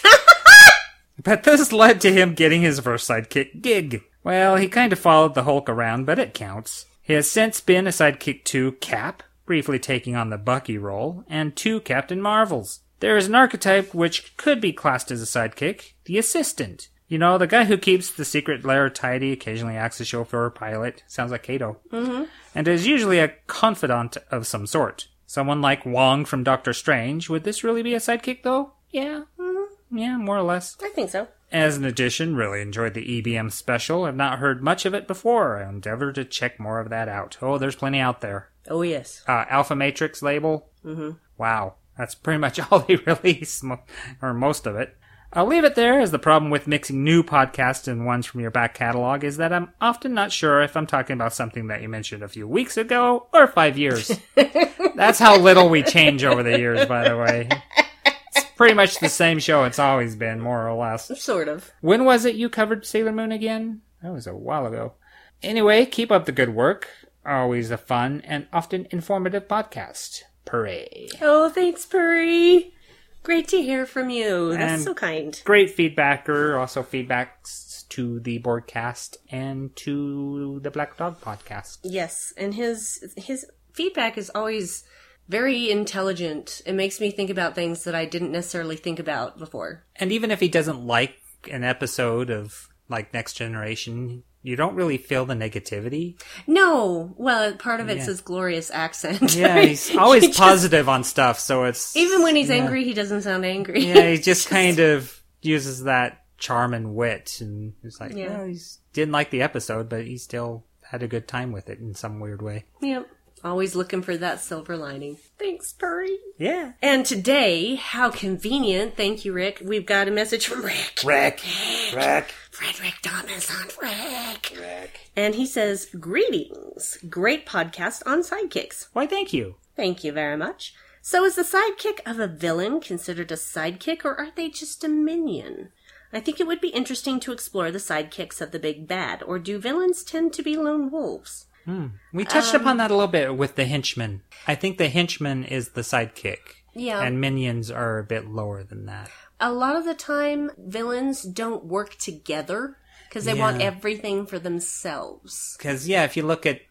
[laughs] but this led to him getting his first sidekick gig. Well, he kind of followed the Hulk around, but it counts. He has since been a sidekick to Cap, briefly taking on the Bucky role, and two Captain Marvels. There is an archetype which could be classed as a sidekick, the assistant. You know, the guy who keeps the secret lair tidy, occasionally acts as chauffeur or pilot. Sounds like Kato. Mm-hmm. And is usually a confidant of some sort. Someone like Wong from Doctor Strange. Would this really be a sidekick, though? Yeah. Mm-hmm. Yeah, more or less.
I think so.
As an addition, really enjoyed the EBM special. I've not heard much of it before. I endeavor to check more of that out. Oh, there's plenty out there.
Oh, yes.
Uh, Alpha Matrix label. Mm-hmm. Wow, that's pretty much [laughs] all they release, mo- or most of it. I'll leave it there, as the problem with mixing new podcasts and ones from your back catalog is that I'm often not sure if I'm talking about something that you mentioned a few weeks ago or five years. that's how little we change over the years, by the way. It's pretty much the same show it's always been, more or less.
Sort of.
When was it you covered Sailor Moon again? That was a while ago. Anyway, keep up the good work. Always a fun and often informative podcast. Hooray.
Oh, thanks, Puri. Great to hear from you. That's
And-
so kind.
Great feedbacker. Also feedbacks to the broadcast and to the Black Dog podcast.
Yes, and his his feedback is always very intelligent. It makes me think about things that I didn't necessarily think about before.
And even if he doesn't like an episode of like Next Generation, you don't really feel the negativity.
No, well, part of it's
Yeah.
his glorious accent. [laughs]
Yeah, [laughs] he's always positive on stuff, so it's
Even when he's angry, he doesn't sound angry. [laughs]
yeah, he just kind of uses that charm and wit, and it's like,
Yeah.
yeah, he didn't like the episode, but he still had a good time with it in some weird way.
yep. Always looking for that silver lining. Thanks, Puri.
Yeah,
And today, how convenient. Thank you, Rick. We've got a message from Rick.
Rick, Rick,
Frederick Thomas on Rick. And he says, Greetings. Great podcast on sidekicks.
why? Thank you.
Thank you very much. So, is the sidekick of a villain considered a sidekick, or are they just a minion? I think it would be interesting to explore the sidekicks of the big bad, or do villains tend to be lone wolves?
We touched upon
Um,
that a little bit with the henchman. I think the henchman is the sidekick.
Yeah.
And minions are a bit lower than that.
a lot of the time villains don't work together because they want
Yeah.
everything for themselves
Because, yeah, if you look at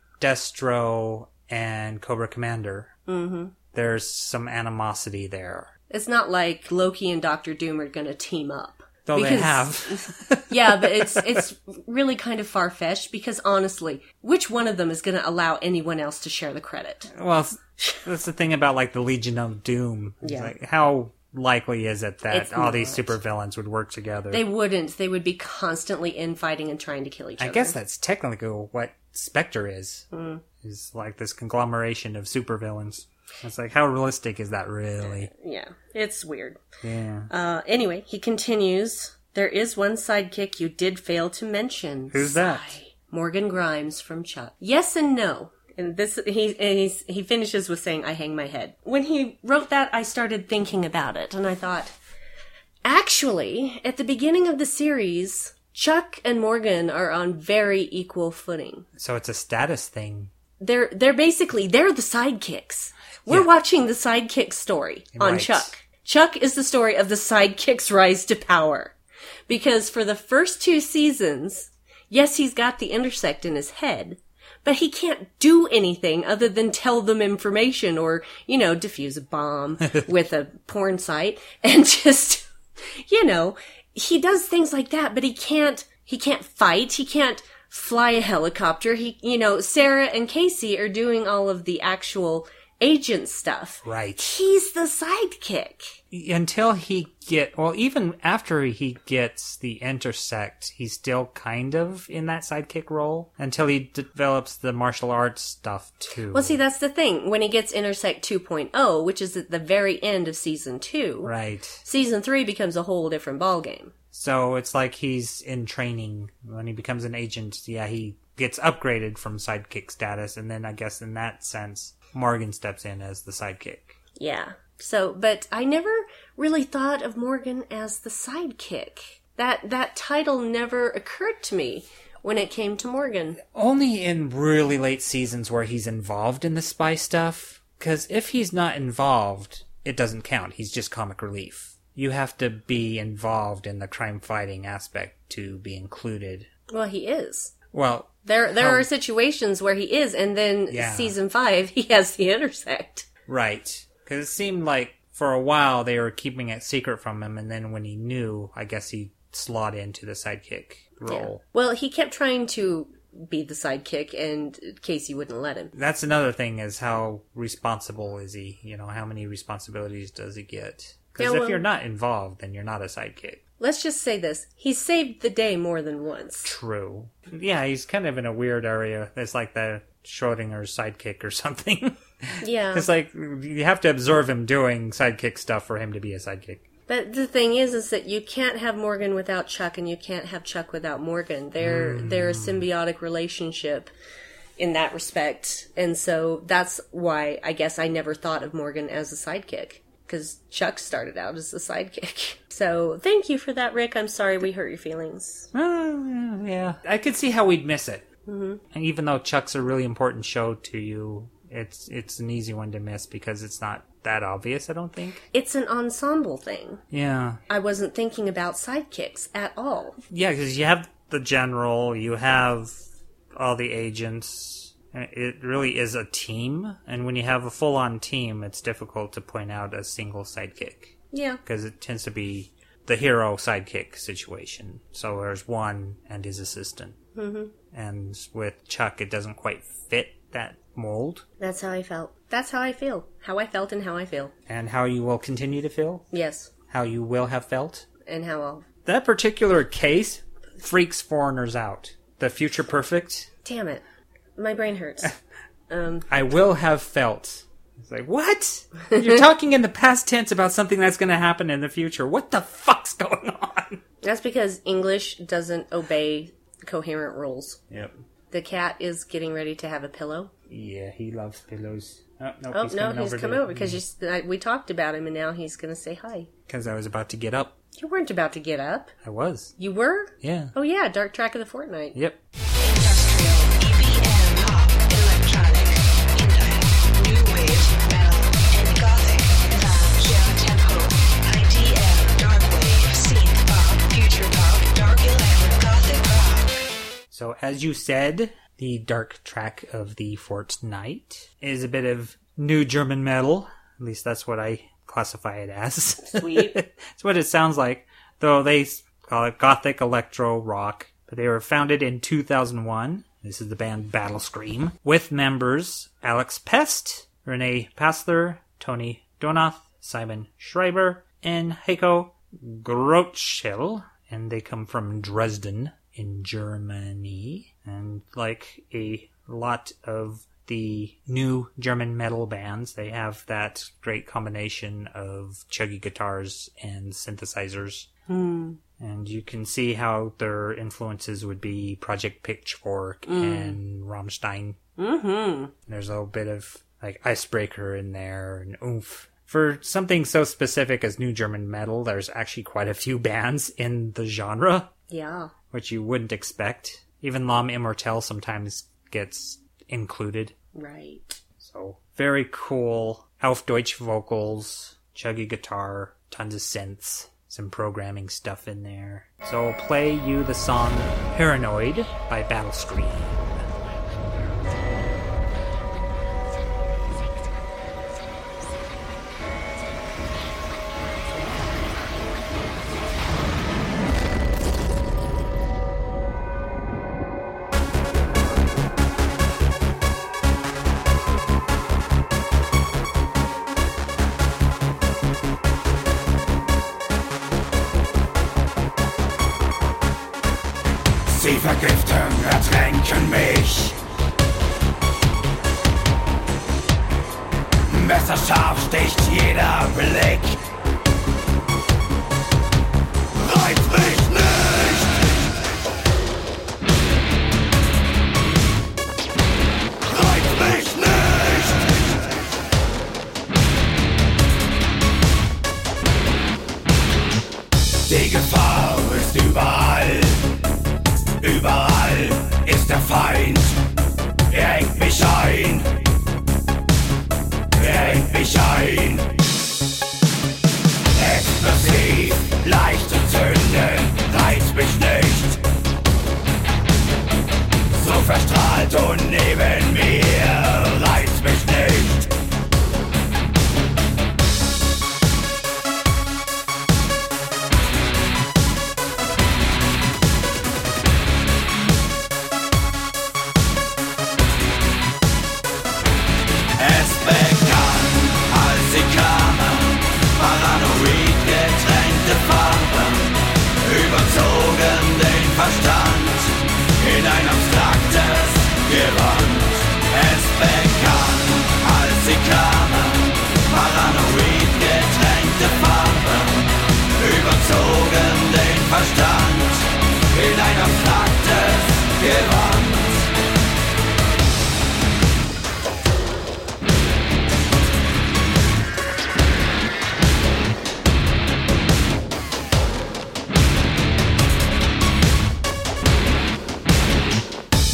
Destro and Cobra Commander,
Mm-hmm.
there's some animosity there.
it's not like loki and dr doom are gonna team up
Though they
Because- [laughs]
have.
yeah but it's it's really kind of far-fetched because honestly which one of them is gonna allow anyone else to share the credit
well, s- that's the thing about, like, the Legion of Doom. It's
Yeah.
Like, how likely is it that
It's
all these
not.
supervillains would work together?
they wouldn't they would be constantly infighting and trying to kill each
I
other
guess that's technically what Spectre is.
Hmm.
Is like this conglomeration of supervillains. It's like, how realistic is that really?
yeah it's weird
Yeah.
uh anyway he continues there is one sidekick you did fail to mention
Who's that?
Morgan Grimes from Chuck. Yes and no. And this he and he's, he finishes with saying, "I hang my head." When he wrote that, I started thinking about it, and I thought, actually, at the beginning of the series, Chuck and Morgan are on very equal footing.
So it's a status thing.
They're they're basically they're the sidekicks. We're watching the sidekick story on
Right.
Chuck. Chuck is the story of the sidekick's rise to power. Because for the first two seasons, yes, he's got the intersect in his head, but he can't do anything other than tell them information or, you know, defuse a
[laughs]
bomb with a porn site and just, you know, he does things like that, but he can't, he can't fight. He can't fly a helicopter. He, you know, Sarah and Casey are doing all of the actual agent stuff.
Right.
He's the sidekick.
Until he get well, even after he gets the intersect, he's still kind of in that sidekick role until he develops the martial arts stuff too.
Well, see, that's the thing. When he gets Intersect 2.0, which is at the very end of season two,
Right.
season three becomes a whole different ballgame.
So it's like he's in training when he becomes an agent. Yeah, he gets upgraded from sidekick status, and then I guess in that sense, Morgan steps in as the sidekick.
Yeah. So, but I never really thought of Morgan as the sidekick. That that title never occurred to me when it came to Morgan.
only in really late seasons where he's involved in the spy stuff. Because if he's not involved, it doesn't count. He's just comic relief. You have to be involved in the crime fighting aspect to be included.
Well, he is.
Well,
There there
How-
are situations where he is, and then
Yeah.
season five [laughs] he has the Intersect.
right. Because it seemed like for a while they were keeping it secret from him, and then when he knew, I guess he slot into the sidekick role.
Well, he kept trying to be the sidekick, and Casey wouldn't let him.
That's another thing is how responsible is he? You know, how many responsibilities does he get? Because
Yeah,
if
well-
you're not involved, then you're not a sidekick.
Let's just say this. He saved the day more than once.
true. Yeah, he's kind of in a weird area. It's like the Schrodinger's sidekick or [laughs] something.
Yeah.
it's like you have to observe him doing sidekick stuff for him to be a sidekick.
But the thing is is that you can't have Morgan without Chuck and you can't have Chuck without Morgan. They're they're a symbiotic relationship in that respect. And so that's why I guess I never thought of Morgan as a sidekick cuz Chuck started out as a sidekick. [laughs] So, thank you for that Rick. I'm sorry we hurt your feelings.
Uh, yeah, I could see how we'd miss it. Mm-hmm. And even though Chuck's a really important show to you, it's it's an easy one to miss because it's not that obvious. I don't think.
It's an ensemble thing.
Yeah,
I wasn't thinking about sidekicks at all.
yeah, because you have the general, you have all the agents. and It really is a team, and when you have a full-on team, it's difficult to point out a single sidekick
Yeah.
because it tends to be the hero sidekick situation. So there's one and his assistant, mm-hmm. and with Chuck, it doesn't quite fit that mold,
That's how I felt. That's how I feel. How I felt and how I feel.
and how you will continue to feel,
Yes.
how you will have felt.
And how I'll.
That particular case freaks foreigners out. The future perfect.
Damn it. My brain
[laughs]
hurts.
I will have felt. It's like,
[laughs]
what? You're talking in the past tense about something that's going to happen in the future. What the fuck's going on?
That's because English doesn't obey coherent rules.
Yep.
The cat is getting ready to have a pillow.
Yeah, he loves pillows. Oh, no,
Oh
he's
no,
coming
he's
over
come
to-
over because you s- I- we talked about him, and now he's going to say hi.
'Cause I was about to get up.
You weren't about to get up.
I was.
You were.
Yeah.
Oh yeah, dark track of the fortnight.
Yep.
Industrial, EBM, pop, electronic, indie, new wave, metal, and gothic. Lounge, downtempo, IDM, dark wave, synth pop, future pop, dark electric, gothic rock.
So, as you said, the dark track of the Fortnite is a bit of new German metal. At least that's what I classify it as. [laughs]
Sweet.
it's what it sounds like, though they s- call it gothic electro rock. But they were founded in 2001. This is the band Battle Scream with members Alex Pest, Renee Passler, Tony Donath, Simon Schreiber, and Heiko Grotschill, and they come from Dresden in Germany. And like a lot of the new German metal bands, they have that great combination of chuggy guitars and synthesizers. And you can see how their influences would be Project Pitchfork and Rammstein. Mm-hmm. There's a little bit of like Icebreaker in there and oomph. For something so specific as new German metal, there's actually quite a few [laughs] bands in the genre,
Yeah.
which you wouldn't expect. Even L'Homme Immortel sometimes gets included.
Right.
So very cool. Auf Deutsch vocals, chuggy guitar, tons of synths, some programming stuff in there. So I'll play you the song Paranoid by Battle Scream.
Sie vergiften, ertränken mich. Messerscharf sticht jeder Blick. Reizt mich nicht! Reizt mich nicht! Die Gefahr ist überall. Überall ist der Feind. Er hängt mich ein. Er hängt mich ein. Explosiv, leicht zu zünden, reizt mich nicht. So verstrahlt und neben mir, reizt mich nicht. Es begann, als sie kamen, paranoid getränkte Farben, überzogen den Verstand in ein abstraktes Gewand. Es begann, als sie kamen, paranoid getränkte Farben, überzogen den Verstand in ein abstraktes Gewand.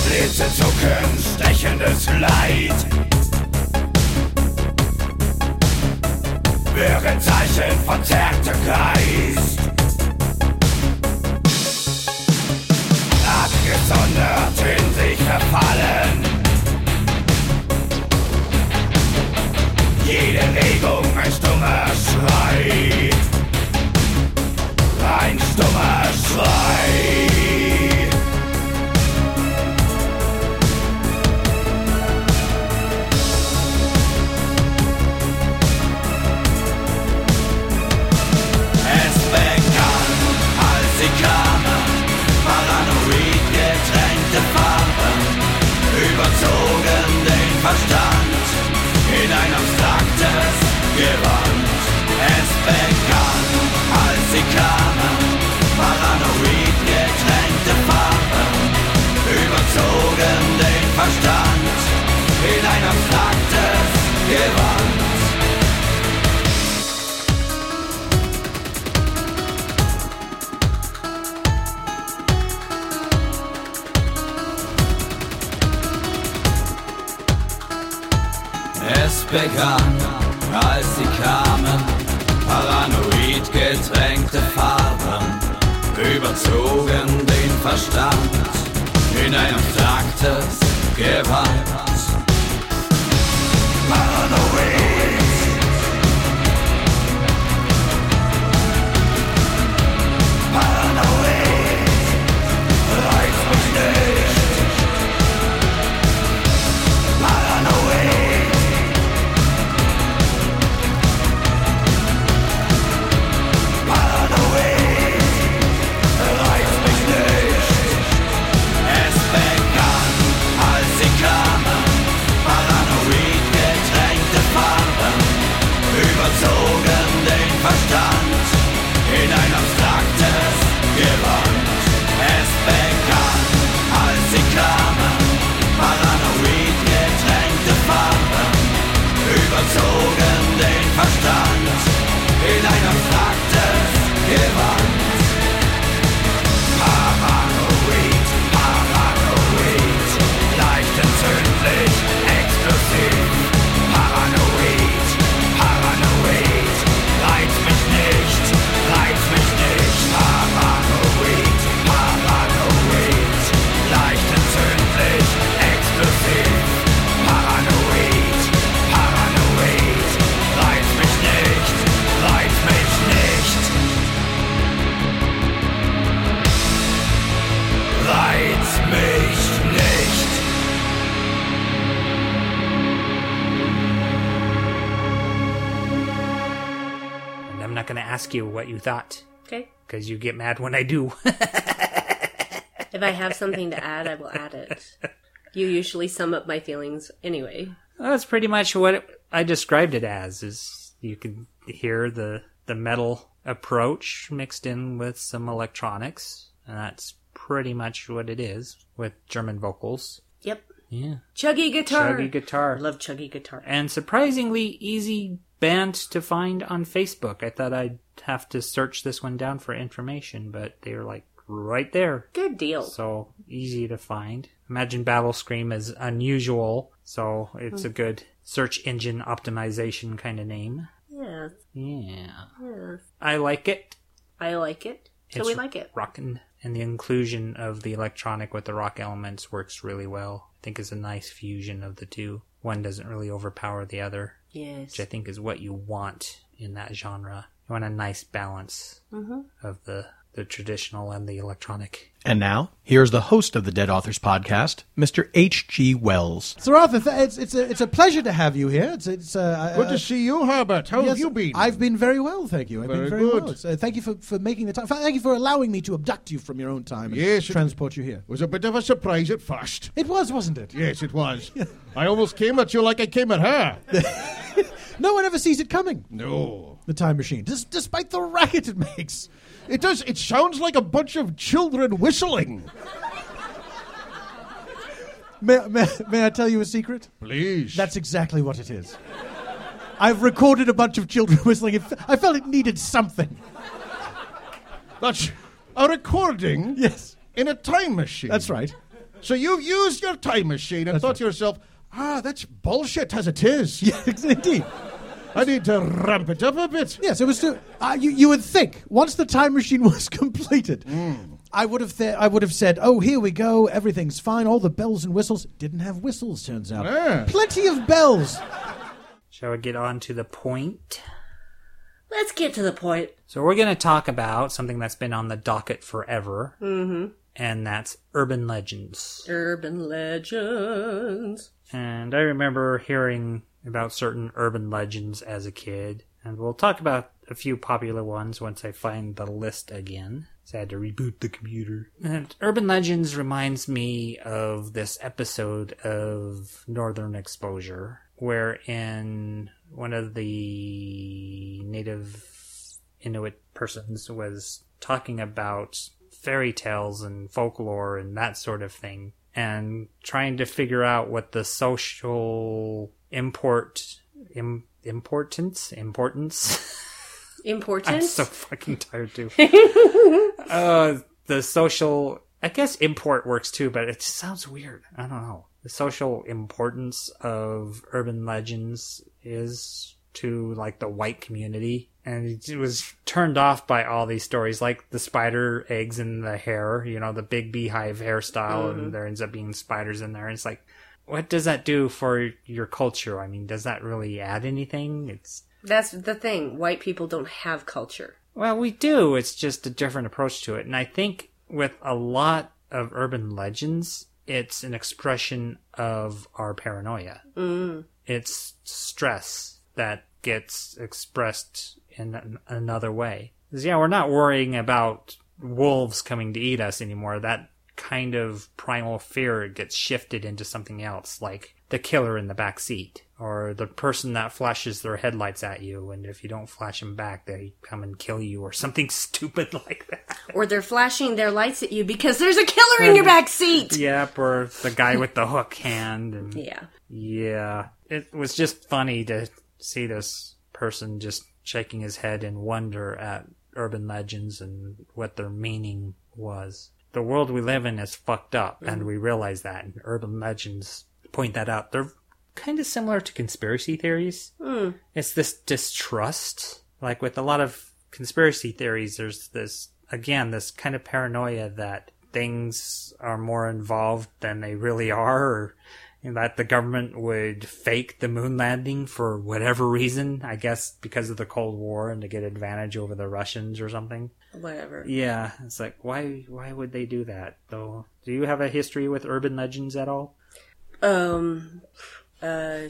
Blitze zucken, stechendes Leid. Wäre Zeichen verzerrter Geist. Abgesondert in sich verfallen. Jede Regung ein stummer Schrei. Ein stummer Schrei. Es begann, als sie kamen, paranoid getränkte Farben, überzogen den Verstand in ein abstraktes Gewand. Es begann, als sie kamen, paranoid getränkte SBK, als sie kamen, paranoid getränkte Farben, überzogen den Verstand, in einem nacktes Gewand. Es begann, als sie kamen, paranoid getränkte Farben, überzogen den Verstand in ein abstraktes Gewand. Es begann, als sie kamen, paranoid getränkte Farben, überzogen den Verstand in ein abstraktes Gewand. Paranoid, paranoid, leicht entzündlich, explosiv. Paranoid, paranoid, reiz mich nicht, reiz mich nicht. Paranoid, paranoid, leicht entzündlich, explosiv. Paranoid, paranoid, reiz mich nicht, reiz mich nicht. Reiz mich nicht.
And I'm not going to ask you what you thought
Okay.
because you get mad when I do. [laughs]
If I have something to add, I will
[laughs]
add it. You usually sum up my feelings anyway.
That's pretty much what it, I described it as. Is you can hear the the metal approach mixed in with some electronics, and that's pretty much what it is with German vocals.
Yep.
Yeah,
Chuggy guitar.
chuggy guitar.
I love chuggy guitar.
and surprisingly easy band to find on Facebook. I thought I'd have to search this one down for information, but they were like right there.
Good deal.
So easy to find. Imagine Battle Scream is unusual, so it's a
Hmm.
good search engine optimization kind of name.
Yeah.
Yeah.
Yeah.
I like it.
I like it. So
It's
we like it.
Rockin'. And the inclusion of the electronic with the rock elements works really well. I think it's a nice fusion of the two. One doesn't really overpower the other.
Yes.
which I think is what you want in that genre. You want a nice balance
Mm-hmm.
of the the traditional and the electronic.
And now, here's the host of the Dead Authors Podcast, Mr. H.G. Wells.
Sir Arthur, th- it's, it's, a, it's a pleasure to have you here. It's, it's, uh,
Good
uh,
to see you, Herbert. How
yes,
have you been?
I've been very well, thank you. I've
Very
been very
good.
well. It's, uh, thank you for, for making the time. Thank you for allowing me to abduct you from your own time and
Yes, it-
transport you here.
was a bit of a surprise at first.
It was, wasn't it? [laughs]
Yes, it was. I almost came at you like I came at her.
No one ever sees it coming,
No.
the time machine, dis- despite the racket it makes.
It does. It sounds like a bunch of children whistling.
May, may, may I tell you a secret?
Please.
That's exactly what it is. I've recorded a bunch of children [laughs] whistling. It f- I felt it needed something.
that's a recording
Yes,
in a time machine.
that's right. [laughs]
So you've used your time machine and
That's
thought
right.
to yourself, ah, that's bullshit as it is.
Yes, indeed.
I need to ramp it up a bit.
Yes, it was. To, uh, you, you would think once the time machine [laughs] was completed, I would have. Th- I would have said, "Oh, here we go. Everything's fine. All the bells and whistles didn't have whistles. Turns out,
Yeah.
plenty of bells.
Shall we get on to the point?
Let's get to the point.
So we're going to talk about something that's been on the docket forever, mm-hmm. and that's urban legends.
Urban legends.
And I remember hearing about certain urban legends as a kid, and we'll talk about a few popular ones once I find the list again. So I had to reboot the computer. And urban legends reminds me of this episode of Northern Exposure, wherein one of the native Inuit persons was talking about fairy tales and folklore and that sort of thing and trying to figure out what the social import Im, importance importance [laughs]
Important.
I'm so fucking tired too. uh, the social I guess import works too, but it sounds weird. I don't know. The social importance of urban legends is to like the white community. And it was turned off by all these stories, like the spider eggs in the hair, you know, the big beehive hairstyle, and there ends up being spiders in there. And it's like, what does that do for your culture? I mean, does that really add anything? It's,
That's the thing. White people don't have culture.
well, we do. It's just a different approach to it. And I think with a lot of urban legends, it's an expression of our paranoia. Mm. It's stress that gets expressed in an- another way. 'Cause, Yeah, we're not worrying about wolves coming to eat us anymore. That kind of primal fear gets shifted into something else, like the killer in the back seat, or the person that flashes their headlights at you, and if you don't flash them back, they come and kill you, or something [laughs] stupid like that.
Or they're flashing their lights at you because there's a killer in your back seat.
Yep, or the guy with the hook hand. And
Yeah.
yeah, it was just funny to see this person just shaking his head in wonder at urban legends and what their meaning was. The world we live in is fucked up, and we realize that, and urban legends point that out. They're kind of similar to conspiracy theories. It's this distrust. Like with a lot of conspiracy theories, there's this, again, this kind of paranoia that things are more involved than they really are, or that the government would fake the moon landing for whatever reason. I guess because of the Cold War and to get advantage over the Russians or something.
Whatever.
Yeah, it's like, why, why would they do that though? Do you have a history with urban legends at all? [laughs]
Um. Uh.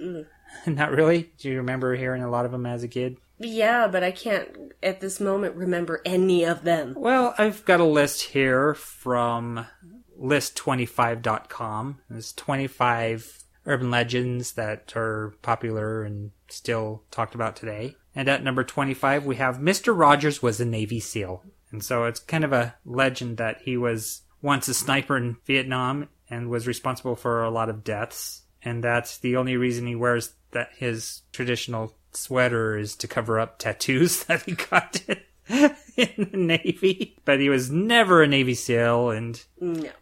mm.
Not really. Do you remember hearing a lot of them as a kid?
Yeah, but I can't at this moment remember any of them.
Well, I've got a list here from list25.com. There's 25 urban legends that are popular and still talked about today. And at number 25, we have Mr. Rogers was a Navy SEAL. And so it's kind of a legend that he was once a sniper in Vietnam and was responsible for a lot of deaths. And that's the only reason he wears that his traditional sweater is to cover up tattoos [laughs] that he got in the Navy. But he was never a Navy SEAL and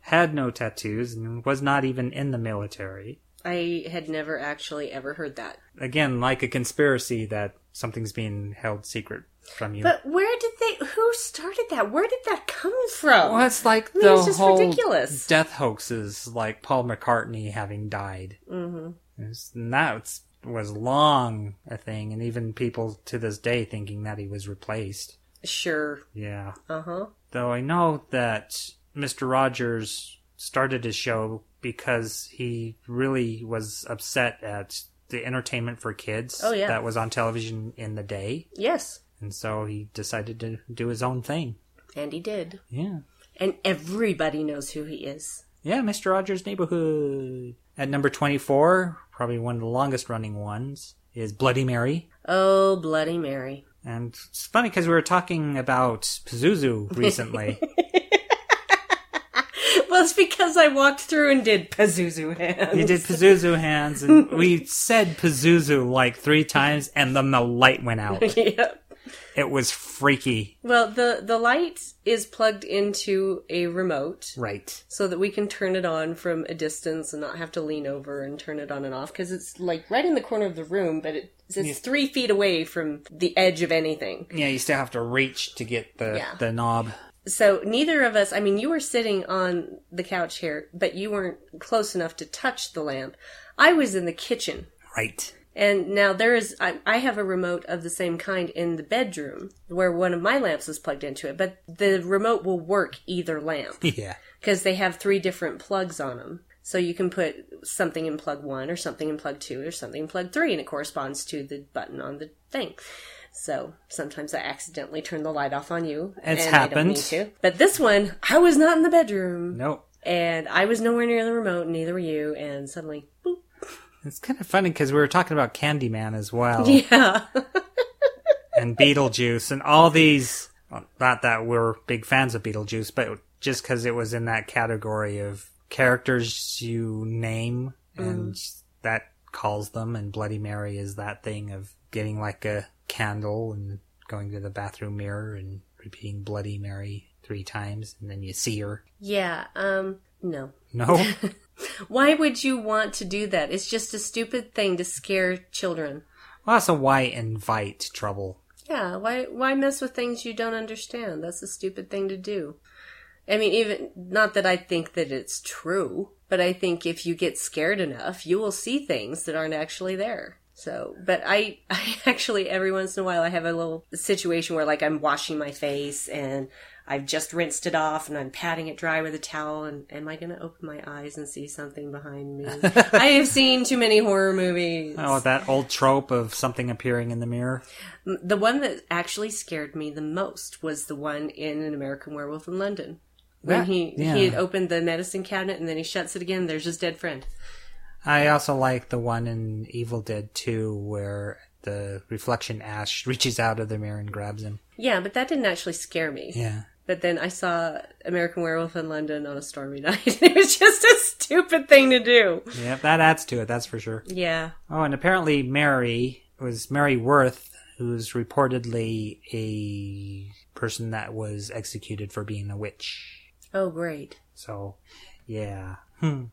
had no tattoos and was not even in the military.
I had never actually ever heard that.
Again, like a conspiracy that something's being held secret from you.
But where did they? Who started that? Where did that come from?
well, it's like
I mean,
the
it's just
whole
ridiculous.
death hoaxes, like Paul McCartney having died. Mm-hmm. And that was- was long a thing, and even people to this day thinking that he was replaced.
Sure.
Yeah.
Uh huh.
Though I know that Mr. Rogers started his show because he really was upset at the entertainment for kids
Oh, yeah.
that was on television in the day.
Yes.
And so he decided to do his own thing.
And he did.
Yeah.
And everybody knows who he is.
Yeah, Mr. Rogers' Neighborhood. At number 24, probably one of the longest running ones, is Bloody Mary.
Oh, Bloody Mary.
And it's funny because we were talking about Pazuzu
[laughs]
recently.
Well, it's because I walked through and did Pazuzu hands. [laughs]
You did Pazuzu hands, and we said Pazuzu like three times, and then the light went
[laughs]
out.
Yep.
It was freaky.
Well, the the light is plugged into a remote
Right.
so that we can turn it on from a distance and not have to lean over and turn it on and off because it's like right in the corner of the room, but it, it's three feet away from the edge of anything.
Yeah, you still have to reach to get the,
Yeah.
the knob.
So neither of us. I mean, you were sitting on the couch here, but you weren't close enough to touch the lamp. I was in the kitchen.
Right.
And now there is, I, I have a remote of the same kind in the bedroom where one of my lamps is plugged into it, but the remote will work either lamp
Yeah.
because they have three different plugs on them. So you can put something in plug one or something in plug two or something in plug three and it corresponds to the button on the thing. So sometimes I accidentally turn the light off on you.
It's
and I don't
happened.
need to. But this one, I was not in the bedroom
Nope.
and I was nowhere near the remote, neither were you, and suddenly, [laughs] boop.
It's kind of funny because we were talking about Candyman as well.
Yeah.
and Beetlejuice and all these. Not that we're big fans of Beetlejuice, but just because it was in that category of characters you name and that calls them, and Bloody Mary is that thing of getting like a candle and going to the bathroom mirror and repeating Bloody Mary three times and then you see her.
Yeah, um, no.
No?
Why would you want to do that? It's just a stupid thing to scare children.
well, so why invite trouble?
Yeah, why why mess with things you don't understand? That's a stupid thing to do. I mean, even not that I think that it's true, but I think if you get scared enough, you will see things that aren't actually there. So, but I, [laughs] I actually every once in a while I have a little situation where like I'm washing my face and I've just rinsed it off and I'm patting it dry with a towel and am I going to open my eyes and see something behind me? I have seen too many horror movies.
Oh, that old trope of something appearing in the mirror.
The one that actually scared me the most was the one in An American Werewolf in London. When
That-
he,
yeah.
he had opened the medicine cabinet and then he shuts it again, there's his dead friend.
I also like the one in Evil Dead 2 where the reflection Ash reaches out of the mirror and grabs him.
Yeah, but that didn't actually scare me.
Yeah.
But then I saw American Werewolf in London on a stormy [laughs] night. it was just a stupid thing to do.
Yeah, that adds to it, that's for sure.
Yeah.
Oh, and apparently Mary was Mary Worth, who's reportedly a person that was executed for being a witch.
Oh, great.
So, yeah. Hmm.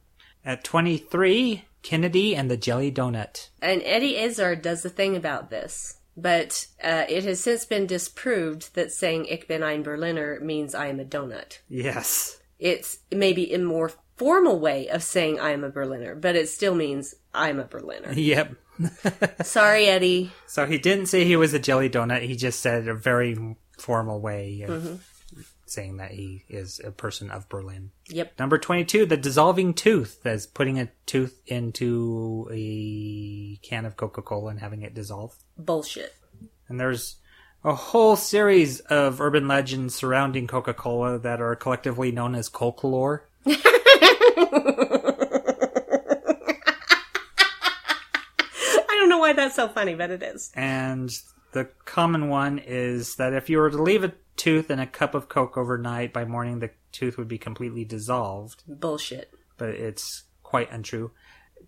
At 23, Kennedy and the Jelly Donut.
And Eddie Izzard does the thing about this. But uh, it has since been disproved that saying Ich bin ein Berliner means I am a donut.
Yes.
it's maybe a more formal way of saying I'm a Berliner, but it still means I'm a
[laughs]
Berliner.
Yep.
Sorry, Eddie.
So he didn't say he was a jelly donut. He just said a very formal way of saying that he is a person of Berlin.
Yep.
Number 22, the dissolving tooth. That's putting a tooth into a can of Coca Cola and having it dissolve.
Bullshit.
And there's a whole series of urban legends surrounding Coca Cola that are collectively known as folklore.
I don't know why that's so funny, but it is.
And the common one is that if you were to leave a tooth in a cup of Coke overnight, by morning the tooth would be completely dissolved.
Bullshit.
But it's quite untrue.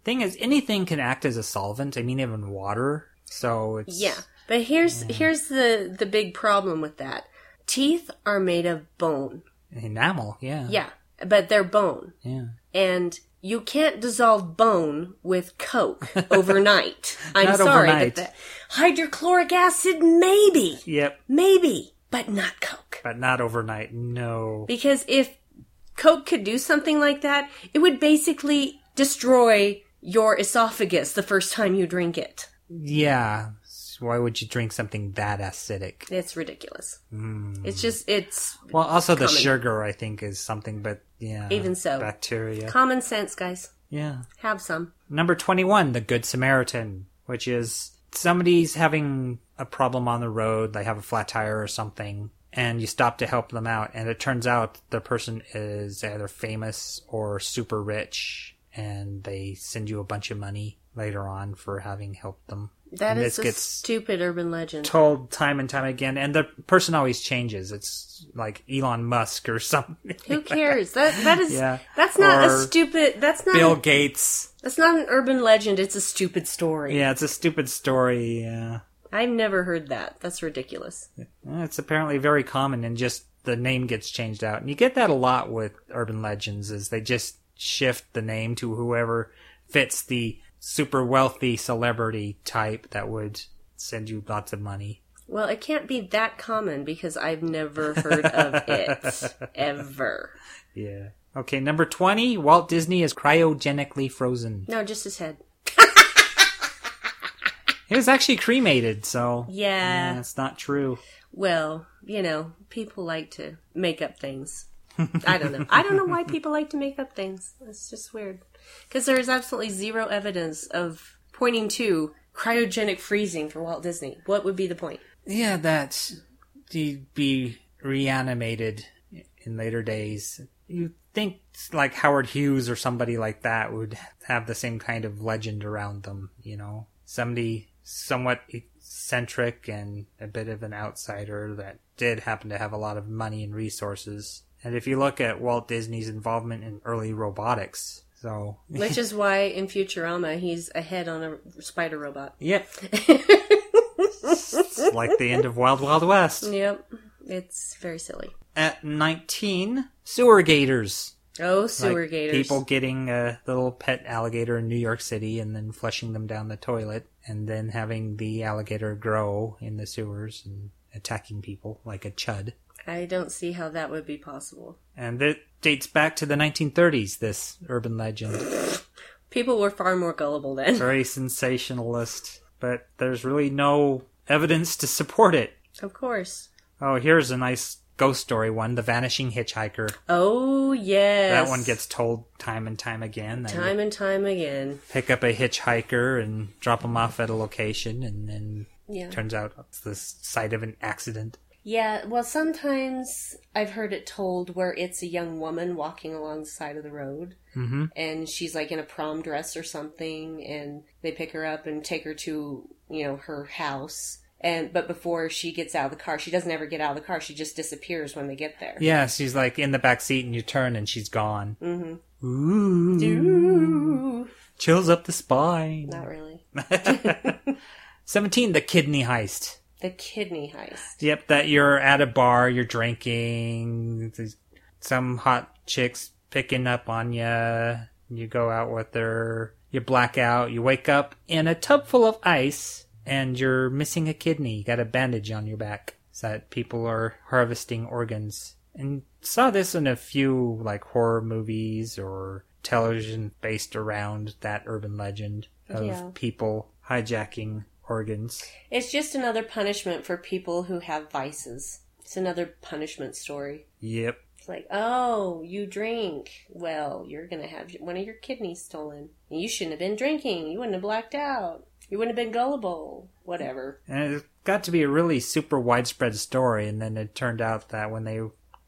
Thing is, anything can act as a solvent. I mean, even water. So it's.
Yeah. But here's here's the the big problem with that. Teeth are made of bone.
Enamel, yeah.
Yeah, but they're bone.
Yeah.
And you can't dissolve bone
[laughs]
with Coke overnight. I'm
Not
sorry.
overnight.
But that, hydrochloric acid, maybe.
Yep.
Maybe. But not Coke.
But not overnight. No.
Because if Coke could do something like that, it would basically destroy your esophagus the first time you drink it.
Yeah. So Why would you drink something that acidic?
It's ridiculous.
Hmm.
It's just, it's
Well, also the
Common.
sugar, I think, is something, but yeah.
Even so.
Bacteria.
common sense, guys.
yeah.
Have some.
Number 21, The Good Samaritan, which is somebody's having a problem on the road. They have a flat tire or something, and you stop to help them out. And it turns out the person is either famous or super rich, and they send you a bunch of money later on for having helped them.
That
and
is
this
a
gets
stupid urban legend.
told time and time again, and the person always changes. It's like Elon Musk or [laughs]
[laughs]
something.
Who cares? That that is
Yeah.
that's not
Or
a stupid. That's not
Bill Gates.
that's not an urban legend. It's a stupid story.
Yeah, it's a stupid story. Yeah.
I've never heard that. That's ridiculous.
Uh, It's apparently very common, and just the name gets changed out. And you get that a lot with urban legends, is they just shift the name to whoever fits the super wealthy celebrity type that would send you lots of money.
Well, it can't be that common because I've never heard
[laughs]
of it ever.
Yeah. Okay, number 20, Walt Disney is cryogenically frozen.
No, just his head.
He was actually cremated, so.
Yeah.
That's not true.
Well, you know, people like to make up things. I don't know. I
[laughs]
don't know why people like to make up things. It's just weird. Because there is absolutely zero evidence of pointing to cryogenic freezing for Walt Disney. What would be the point?
Yeah, that's he'd be reanimated in later days. You think like Howard Hughes or somebody like that would have the same kind of legend around them, you know? Somebody somewhat eccentric and a bit of an outsider that did happen to have a lot of money and resources. And if you look at Walt Disney's involvement in early robotics, so [laughs]
Which is why in Futurama he's a head on a spider robot.
yep, it's like the end of Wild Wild West.
Yep. It's very silly.
At 19, sewer gators.
Oh, sewer
like
gators.
People getting a little pet alligator in New York City and then flushing them down the toilet and then having the alligator grow in the sewers and attacking people like a chud.
I don't see how that would be possible.
And that dates back to the 1930s, this urban legend.
People were far more gullible then. [laughs]
Very sensationalist, but there's really no evidence to support it.
of course.
Oh, here's a nice ghost story one The Vanishing Hitchhiker.
Oh, yes.
That one gets told time and time again. that
time and time again.
pick up a hitchhiker and drop him off at a location, and then
Yeah.
turns out it's the site of an accident.
Yeah, well, sometimes I've heard it told where it's a young woman walking along the side of the road, mm-hmm. and she's like in a prom dress or something, and they pick her up and take her to you know her house. And but before she gets out of the car, she doesn't ever get out of the car. She just disappears when they get there.
Yeah, she's like in the back seat, and you turn, and she's gone. Mm-hmm. Ooh,
Ooh,
chills up the spine.
not really.
Seventeen, the kidney heist.
The kidney heist.
Yep, that you're at a bar, you're drinking, there's some hot chicks picking up on you. You go out with her, you black out, you wake up in a tub full of ice, and you're missing a kidney. You got a bandage on your back. So that people are harvesting organs. And saw this in a few like horror movies or television based around that urban legend of
Yeah.
people hijacking organs.
It's just another punishment for people who have vices. It's another punishment story.
Yep.
It's like, oh, you drink. Well, you're going to have one of your kidneys stolen. And you shouldn't have been drinking. You wouldn't have blacked out. You wouldn't have been gullible. Whatever.
And it got to be a really super widespread story. And then it turned out that when they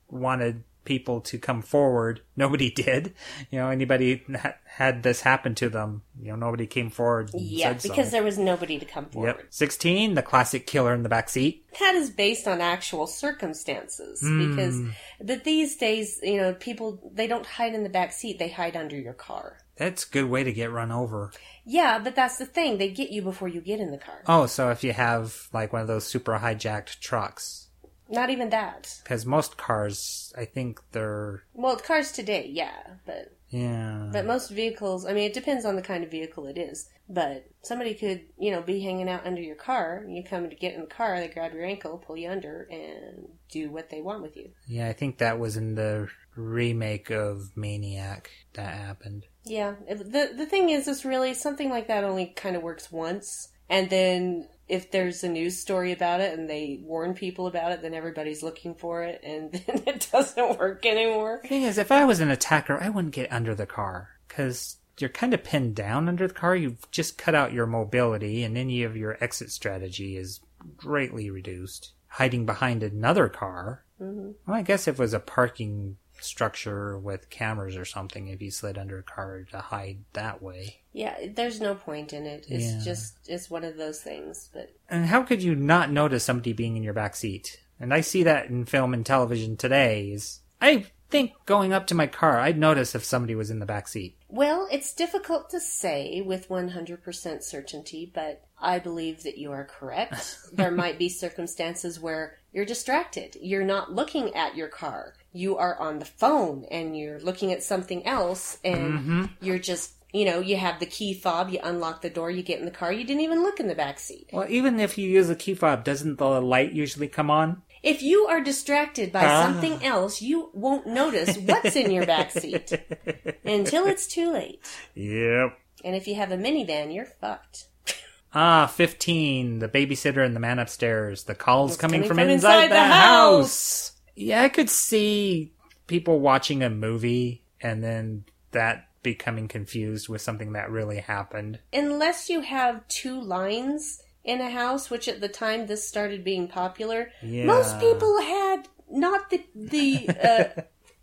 wanted people to come forward, [laughs] nobody did. You know, anybody ha- had this happen to them, you know, nobody came forward. And
Yeah,
said so.
because there was nobody to come forward.
Yep. 16, the classic killer in the back seat.
That is based on actual circumstances because that these days, you know, people they don't hide in the back seat; they hide under your car.
That's a good way to get run over.
Yeah, but that's the thing; they get you before you get in the car.
Oh, so if you have like one of those super hijacked trucks,
Not even that.
because most cars, I think they're,
Well, cars today, yeah, but
yeah.
But most vehicles, I mean, it depends on the kind of vehicle it is. But somebody could, you know, be hanging out under your car. You come to get in the car, they grab your ankle, pull you under, and do what they want with you.
Yeah, I think that was in the remake of Maniac that happened.
Yeah. If- The the thing is, is really something like that only kind of works once, and then if there's a news story about it and they warn people about it, then everybody's looking for it, and [laughs] then it doesn't work anymore.
thing is, if I was an attacker, I wouldn't get under the car because you're kind of pinned down under the car. You've just cut out your mobility, and any of your exit strategy is greatly reduced. Hiding behind another car. Well, I guess if it was a parking structure with cameras or something, if you slid under a car to hide that way.
Yeah, there's no point in it. It's
Yeah.
just it's one of those things. But
And how could you not notice somebody being in your back seat? And I see that in film and television today. Is I think going up to my car, I'd notice if somebody was in the back seat.
Well, it's difficult to say with 100% certainty, but I believe that you are correct. there might be circumstances where you're distracted. You're not looking at your car. You are on the phone and you're looking at something else and you're just, you know, you have the key fob, you unlock the door, you get in the car, you didn't even look in the back seat.
Well, even if you use a key fob, doesn't the light usually come on?
If you are distracted by something else, you won't notice what's in your back seat until it's too late.
Yep.
And if you have a minivan, you're fucked.
Ah, 15. The babysitter and the man upstairs. The calls coming,
coming
from,
from
inside,
inside
the,
the
house. Yeah, I could see people watching a movie and then that becoming confused with something that really happened.
unless you have two lines in a house, which at the time this started being popular,
Yeah.
most people had not the the uh,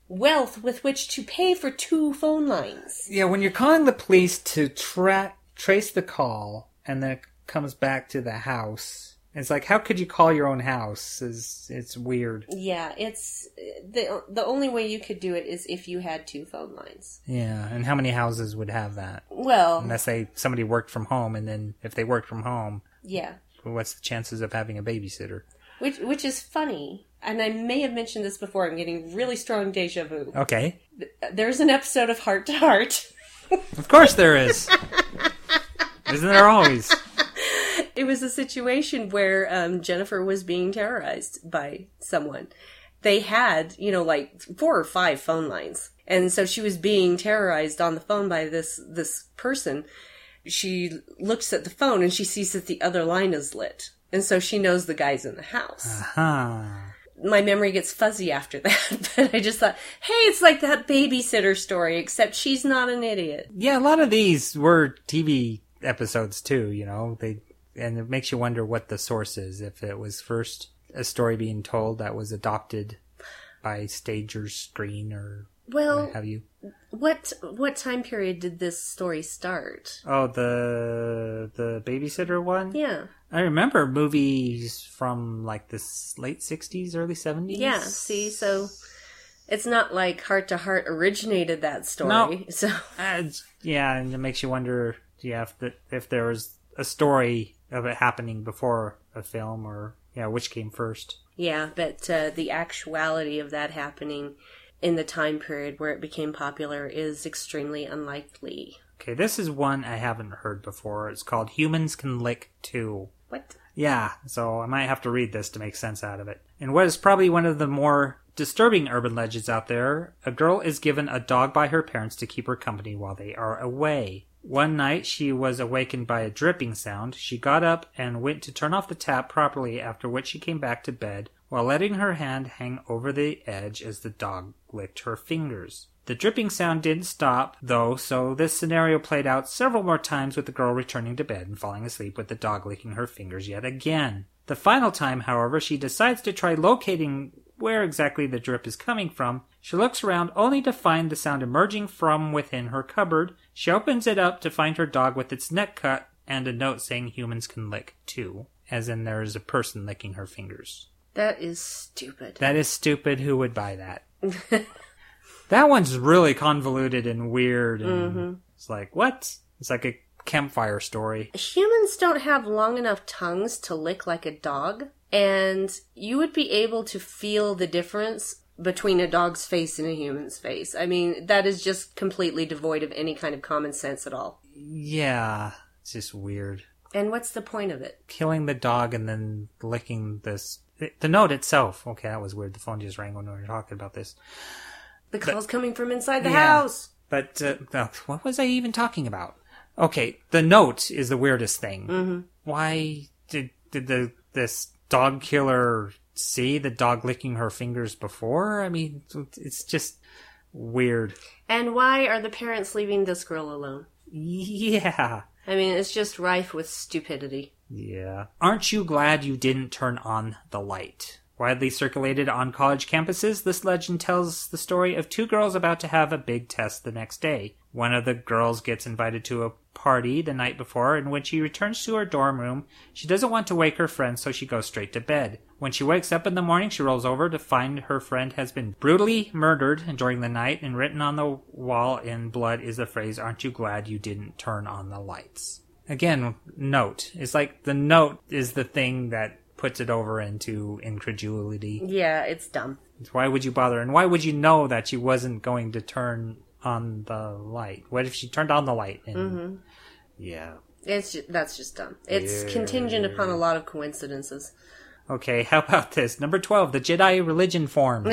wealth with which to pay for two phone lines.
Yeah, when you're calling the police to tra- trace the call and then it comes back to the house, it's like, how could you call your own house? Is It's weird.
Yeah, it's the the only way you could do it is if you had two phone lines.
Yeah, and how many houses would have that?
Well,
unless they somebody worked from home and then if they worked from home
yeah,
what's the chances of having a babysitter
which which is funny. and I may have mentioned this before. I'm getting really strong deja vu.
Okay.
There's an episode of Heart to Heart.
Of course there
[laughs]
is. Isn't there always?
It was a situation where um, Jennifer was being terrorized by someone. They had, you know, like four or five phone lines, and so she was being terrorized on the phone by this this person. She looks at the phone and she sees that the other line is lit, and so she knows the guy's in the house.
Huh.
my memory gets fuzzy after [laughs] that. but I just thought, hey, it's like that babysitter story, except she's not an idiot.
Yeah, a lot of these were TV episodes too, you know. They and it makes you wonder what the source is if it was first a story being told that was adopted by stage or screen or
Well,
what have you.
what what time period did this story start?
Oh, the the babysitter one?
Yeah,
I remember movies from like the s- late 60s, early 70s.
yeah. See, so it's not like Heart to Heart originated that story.
No.
[laughs] So
Uh, it's- yeah, and it makes you wonder yeah, if, the, if there was a story of it happening before a film or, yeah, which came first.
yeah, but uh, the actuality of that happening in the time period where it became popular is extremely unlikely.
Okay, this is one I haven't heard before. It's called Humans Can Lick 2.
What?
Yeah, so I might have to read this to make sense out of it. And what is probably one of the more disturbing urban legends out there, a girl is given a dog by her parents to keep her company while they are away. One night she was awakened by a dripping sound. She got up and went to turn off the tap properly, after which she came back to bed while letting her hand hang over the edge as the dog licked her fingers. The dripping sound didn't stop, though, so this scenario played out several more times with the girl returning to bed and falling asleep with the dog licking her fingers yet again. The final time, however, she decides to try locating where exactly the drip is coming from. She looks around only to find the sound emerging from within her cupboard. She opens it up to find her dog with its neck cut and a note saying humans can lick too, as in there is a person licking her fingers.
That is stupid.
That is stupid. Who would buy that? [laughs] that one's really convoluted and weird. And It's like, what? It's like a campfire story.
humans don't have long enough tongues to lick like a dog, and you would be able to feel the difference between a dog's face and a human's face. I mean, that is just completely devoid of any kind of common sense at all.
Yeah, it's just weird.
And what's the point of it?
Killing the dog and then licking this. The note itself. Okay, that was weird. The phone just rang when we were talking about this.
The call's coming from inside the
Yeah.
house.
But uh, uh, what was I even talking about? Okay, the note is the weirdest thing. Mm-hmm. Why did did the this dog killer see the dog licking her fingers before? I mean, it's just weird. [laughs]
And why are the parents leaving this girl alone?
Yeah.
I mean, it's just rife with stupidity.
Yeah. Aren't you glad you didn't turn on the light? Widely circulated on college campuses, this legend tells the story of two girls about to have a big test the next day. One of the girls gets invited to a party the night before, and when she returns to her dorm room, she doesn't want to wake her friend, so she goes straight to bed. When she wakes up in the morning, she rolls over to find her friend has been brutally murdered during the night, and written on the wall in blood is the phrase, Aren't you glad you didn't turn on the lights? again note it's like the note is the thing that puts it over into incredulity
Yeah, it's dumb.
why would you bother and why would you know that she wasn't going to turn on the light what if she turned on the light and yeah
It's ju- that's just dumb. It's contingent upon a lot of coincidences.
okay how about this number 12 the jedi religion form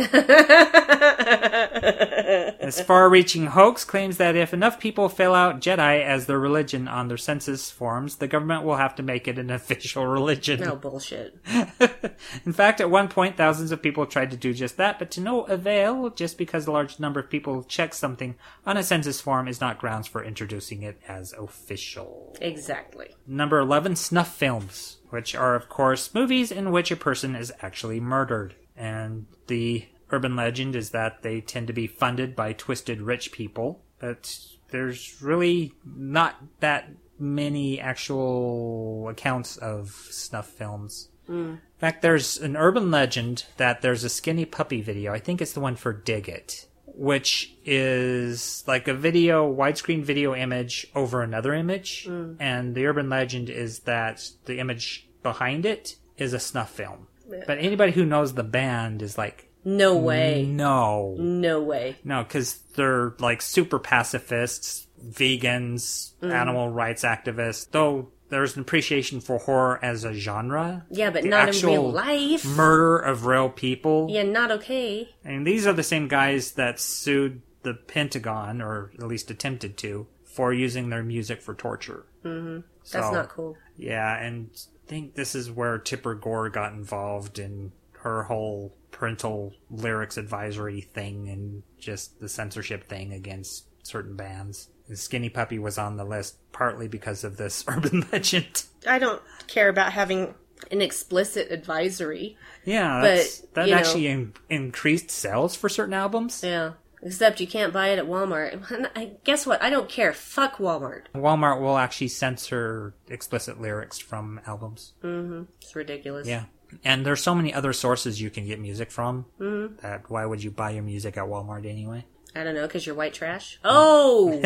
This far reaching hoax claims that if enough people fill out Jedi as their religion on their census forms, the government will have to make it an [laughs] official religion.
No bullshit.
[laughs] In fact, at one point, thousands of people tried to do just that, but to no avail, just because a large number of people check something on a census form is not grounds for introducing it as official.
Exactly.
Number 11, snuff films, which are, of course, movies in which a person is actually murdered. And the urban legend is that they tend to be funded by twisted rich people, but there's really not that many actual accounts of snuff films. In fact, there's an urban legend that there's a skinny puppy video. I think it's the one for Dig It, which is like a video, widescreen video image over another image. And the urban legend is that the image behind it is a snuff film. But anybody who knows the band is like,
No
Mm.
way.
no,
No way.
no, because they're like super pacifists, vegans,
Mm.
animal rights activists. Though there's an appreciation for horror as a genre.
Yeah, but
The
not in
actual
real life.
Murder of real people.
yeah, not okay.
And these are the same guys that sued the Pentagon, or at least attempted to, for using their music for torture. Mm-hmm.
That's not cool.
Yeah, and I think this is where Tipper Gore got involved in her whole parental lyrics advisory thing and just the censorship thing against certain bands. And Skinny Puppy was on the list partly because of this [laughs] urban legend.
I don't care about having an explicit advisory.
Yeah,
But,
that's, that
you know-
actually in, increased sales for certain albums.
Yeah. Except you can't buy it at Walmart. [laughs] And I, guess what? I don't care. Fuck Walmart.
Walmart will actually censor explicit lyrics from albums.
Mm. It's ridiculous.
Yeah. And there's so many other sources you can get music from
Mm-hmm.
that why would you buy your music at Walmart anyway?
I don't know, because you're white trash. Oh!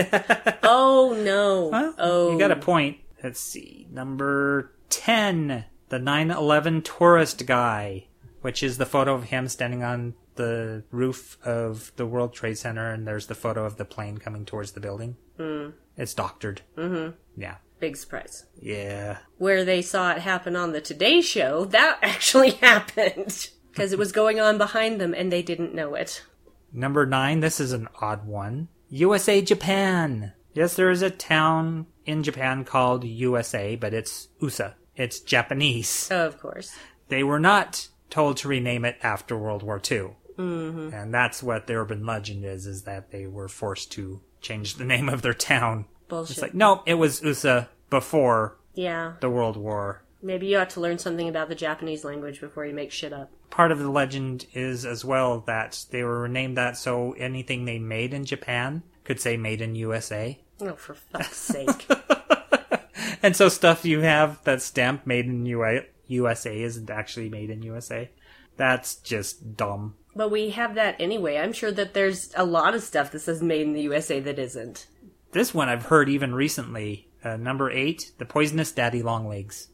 oh, no. oh.
You got a point. Let's see. Number 10, the 911 tourist guy, which is the photo of him standing on the roof of the World Trade Center and there's the photo of the plane coming towards the building. Mm. It's doctored. Mm-hmm. Yeah.
Big surprise.
Yeah.
Where they saw it happen on the Today Show, that [laughs] actually happened. Because it was going on behind them and they didn't know it.
Number nine, this is an odd one. USA Japan. Yes, there is a town in Japan called USA, but it's USA. It's Japanese.
Of course.
They were not told to rename it after World War II. Mm-hmm. And that's what the urban legend is, is that they were forced to change the [laughs] name of their town.
Bullshit.
It's like, no, it was USA before
yeah.
the World War.
Maybe you ought to learn something about the Japanese language before you make shit up.
part of the legend is as well that they were renamed that so anything they made in Japan could say made in USA.
Oh, for fuck's sake.
[laughs] And so stuff you have that's stamped made in UA- USA isn't actually made in USA. That's just dumb.
But we have that anyway. I'm sure that there's a lot of stuff that says made in the USA that isn't.
This one I've heard even recently. Uh, number eight, the poisonous daddy long legs.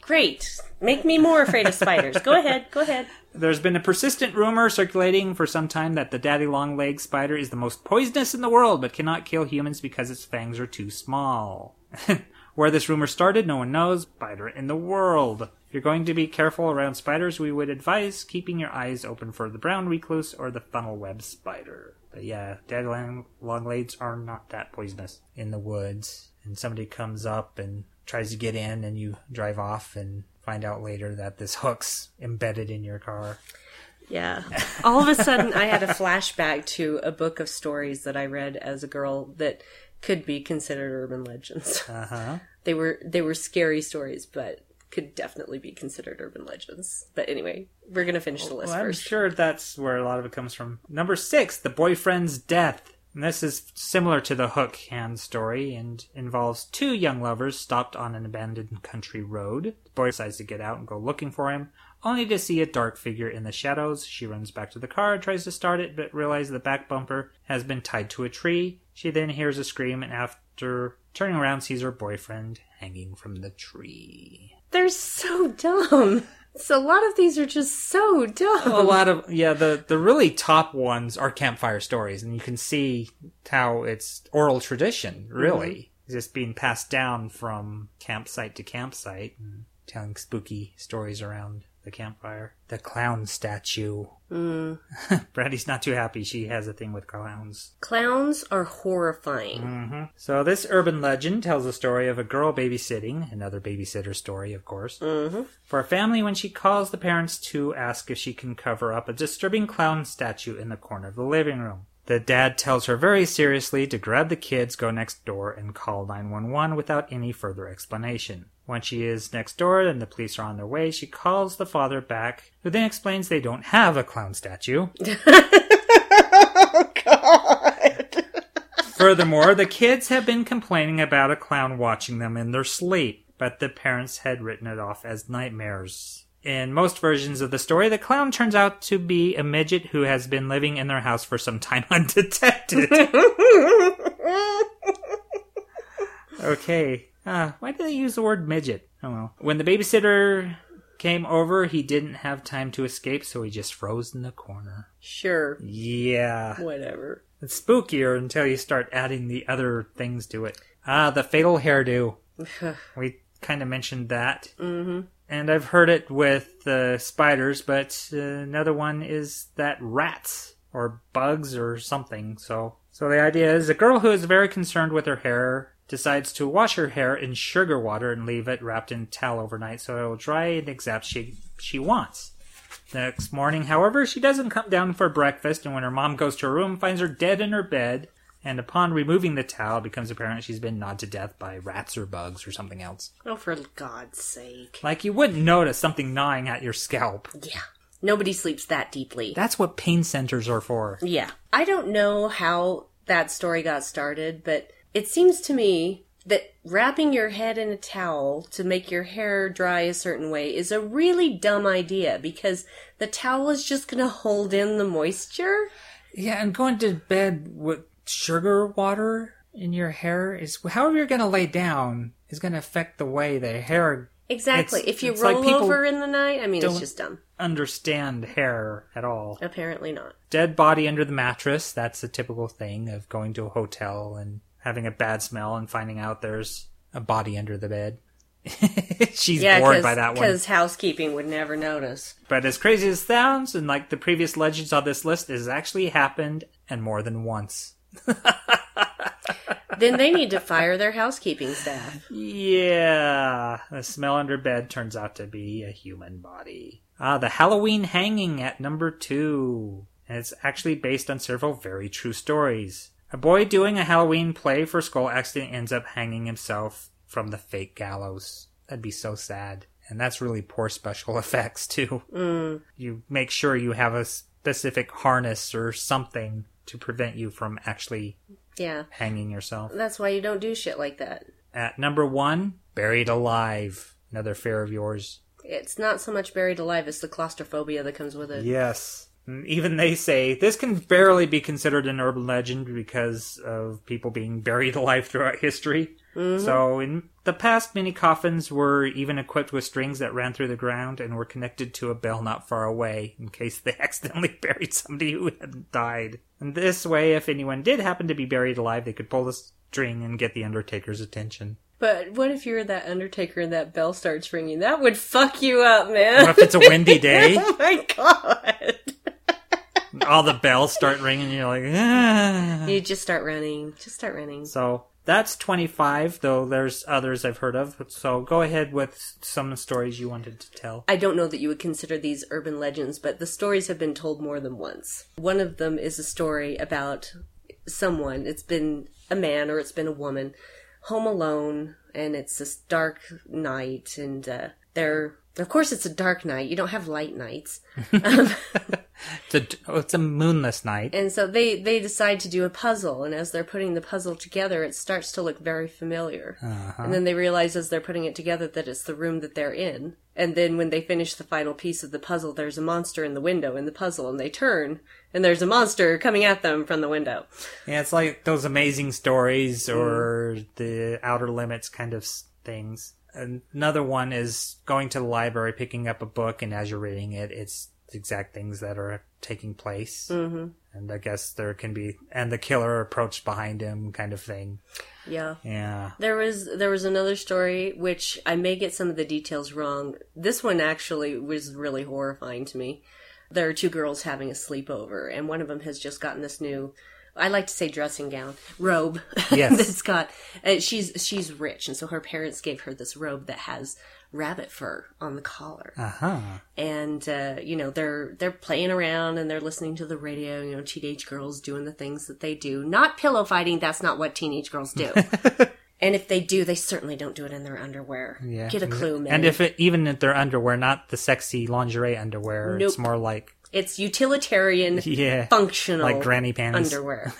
Great. Make me more afraid of spiders. Go ahead. Go ahead.
There's been a persistent rumor circulating for some time that the daddy long leg spider is the most poisonous in the world, but cannot kill humans because its fangs are too small. [laughs] Where this rumor started, no one knows. Spider in the world. If you're going to be careful around spiders, we would advise keeping your eyes open for the brown recluse or the funnel web spider. But yeah, daddy long, long legs are not that poisonous in the woods. And somebody comes up and tries to get in, and you drive off and find out later that this hook's [laughs] embedded in your car.
Yeah. [laughs] All of a sudden, I had a flashback to a book of stories that I read as a girl that could be considered urban legends. [laughs]
Uh-huh.
They were they were scary stories, but could definitely be considered urban legends. But anyway, we're gonna finish the list
Well, I'm
first.
sure that's where a lot of it comes from. Number six, the boyfriend's death. And this is similar to the hook hand story and involves two young lovers stopped on an abandoned country road. The boy decides to get out and go looking for him, only to see a dark figure in the shadows. She runs back to the car, tries to start it, but realizes the back bumper has been tied to a tree. She then hears a scream and after turning around sees her boyfriend hanging from the tree.
They're so dumb. So a lot of these are just so dumb.
a lot of yeah the the really top ones are campfire stories and you can see how it's oral tradition really just being passed down from campsite to campsite and telling spooky stories around the campfire the clown statue [laughs] brady's not too happy she has a thing with clowns
Clowns are horrifying.
Mm. so this urban legend tells the story of a girl babysitting, another babysitter story, of course, for a family when she calls the parents to ask if she can cover up a disturbing clown statue in the corner of the living room. The dad tells her very seriously to grab the kids, go next door, and call 911 without any further explanation. When she is next door and the police are on their way, she calls the father back, who then explains they don't have a clown statue. Furthermore, the kids have been complaining about a clown watching them in their sleep, but the parents had written it off as nightmares. In most versions of the story, the clown turns out to be a midget who has been living in their house for some time [laughs] undetected. okay. Uh, why do they use the word midget? Oh well. When the babysitter came over, he didn't have time to escape, so he just froze in the corner.
Sure.
Yeah.
Whatever.
It's spookier until you start adding the other things to it. Ah, the fatal [laughs] hairdo. we kind of mentioned that. Mm-hmm. And I've heard it with uh, spiders, but uh, another one is that rats or bugs or something. So, so the idea is a girl who is very concerned with her hair decides to wash her hair in sugar water and leave it wrapped in towel overnight so it will dry and exact she she wants. The next morning, however, she doesn't come down for breakfast, and when her mom goes to her room, finds her dead in her bed. And upon removing the towel, it becomes apparent she's been gnawed to death by rats or bugs or something else.
Oh, for God's sake.
Like you wouldn't notice something gnawing at your scalp.
Yeah. Nobody sleeps that deeply.
That's what pain centers are for.
Yeah. I don't know how that story got started, but it seems to me that wrapping your head in a towel to make your hair dry a certain way is a really dumb idea because the towel is just going to [laughs] hold in the moisture.
Yeah, and going to bed with sugar water in your hair is however you're going to lay down is going to affect the way the hair
Exactly.
It's-
if you
it's like
roll
people
over in the night, I mean, it's
don't-
just dumb.
understand hair at all.
Apparently not.
dead body under the mattress. That's a typical thing of going to a hotel and having a bad smell and finding out there's a body under the bed. [laughs] She's
Yeah,
bored by that one.
because housekeeping would never notice.
But as crazy as it sounds, and like the previous legends on this list, it has actually happened and more than once.
then they need to fire their housekeeping staff.
Yeah, the smell under bed turns out to be a human body. Ah, the Halloween hanging at number two. And it's actually based on several very true stories. A boy doing a Halloween play for school accident ends up hanging himself from the fake gallows. That'd be so sad. And that's really poor special [laughs] effects, too. You make sure you have a specific harness or something to prevent you from actually
Yeah.
hanging yourself.
That's why you don't do shit like that.
At number one, Buried Alive. Another fear of yours.
It's not so much buried alive as the claustrophobia that comes with it.
Yes. Mm, Even they say this can barely be considered an urban legend because of people being [laughs] buried alive throughout history. So, in the past, many coffins were even equipped with strings that ran through the ground and were connected to a bell not far away in case they [laughs] accidentally buried somebody who hadn't died. And this way, if anyone did happen to be buried alive, they could pull the string and get the Undertaker's attention.
But what if you're that Undertaker and that bell starts ringing? That would fuck you up, man.
What if it's a windy
[laughs]
day?
oh my god.
all the bells start ringing. You're like, "Ah."
You just start running. Just start running.
so that's 25. Though there's others I've heard of. So go ahead with some stories you wanted to tell.
I don't know that you would consider these urban legends, but the stories have been told more than once. One of them is a story about someone, it's been a man or it's been a woman, home alone, and it's this dark night, and uh, they're, of course, it's a dark night. You don't have light nights.
It's a, oh, it's a moonless night.
And so they, they decide to do a puzzle, and as they're putting the puzzle together, it starts to look very familiar. And then they realize as they're putting it together that it's the room that they're in. And then when they finish the final piece of the puzzle, there's a monster in the window in the puzzle, and they turn, and there's a monster coming at them from the window.
Yeah, it's like those amazing stories or the outer limits kind of s- things. Another one is going to the library, picking up a book, and as you're reading it, it's the exact things that are taking place. Mm-hmm. And I guess there can be, and the killer approached behind him kind of thing.
Yeah.
Yeah.
There was there was another story which I may get some of the details wrong. This one actually was really horrifying to me. There are two girls having a sleepover, and one of them has just gotten this new. I like to say dressing gown robe. [laughs]
Yes.
that's got. Uh, she's she's rich, and so her parents gave her this robe that has rabbit fur on the collar and uh, you know they're they're playing around and they're listening to the radio. You know, teenage girls doing the things that they do. Not pillow fighting. That's not what teenage girls
[laughs]
do. and if they do, they certainly don't do it in their underwear.
Yeah.
Get a clue, man.
And if it, even if they're underwear, not the sexy lingerie underwear, it's
Nope.
more like
it's utilitarian,
[laughs] yeah,
functional,
like granny panties. [laughs]
underwear.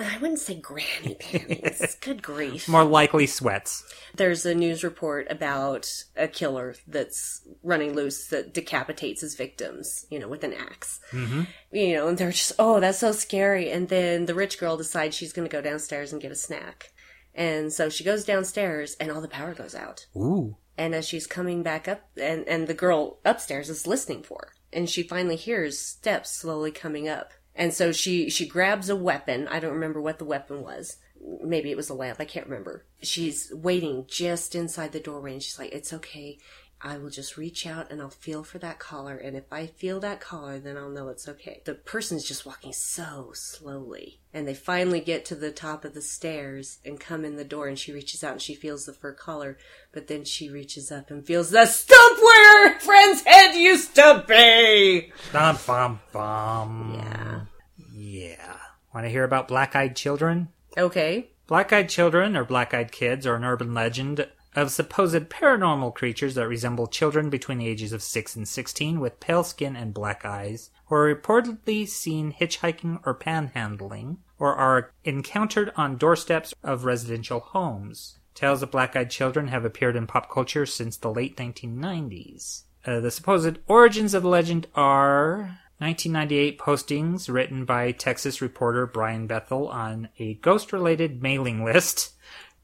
I wouldn't say granny
[laughs]
panties. Good grief.
more likely sweats.
there's a news report about a killer that's running loose that decapitates his victims, you know, with an ax You know, and they're just, oh, that's so scary. And then the rich girl decides she's going to go downstairs and get a snack. And so she goes downstairs and all the power goes out.
Ooh.
And as she's coming back up, and, and the girl upstairs is listening for her, and she finally hears steps slowly coming up. And so she, she grabs a weapon. I don't remember what the weapon was. Maybe it was a lamp. I can't remember. She's waiting just inside the doorway, and she's like, It's okay. I will just reach out and I'll feel for that collar. And if I feel that collar, then I'll know it's okay. The person's just walking so slowly. And they finally get to the top of the stairs and come in the door. And she reaches out and she feels the fur collar. But then she reaches up and feels the stump where her friend's head used to be.
Bum, bum, bum.
Yeah.
Yeah. Want to hear about black eyed children?
Okay.
Black eyed children or black eyed kids are an urban legend of supposed paranormal creatures that resemble children between the ages of 6 and 16 with pale skin and black eyes, who are reportedly seen hitchhiking or panhandling, or are encountered on doorsteps of residential homes. Tales of black eyed children have appeared in pop culture since the late 1990s. Uh, the supposed origins of the legend are 1998 postings written by Texas reporter Brian Bethel on a ghost related mailing list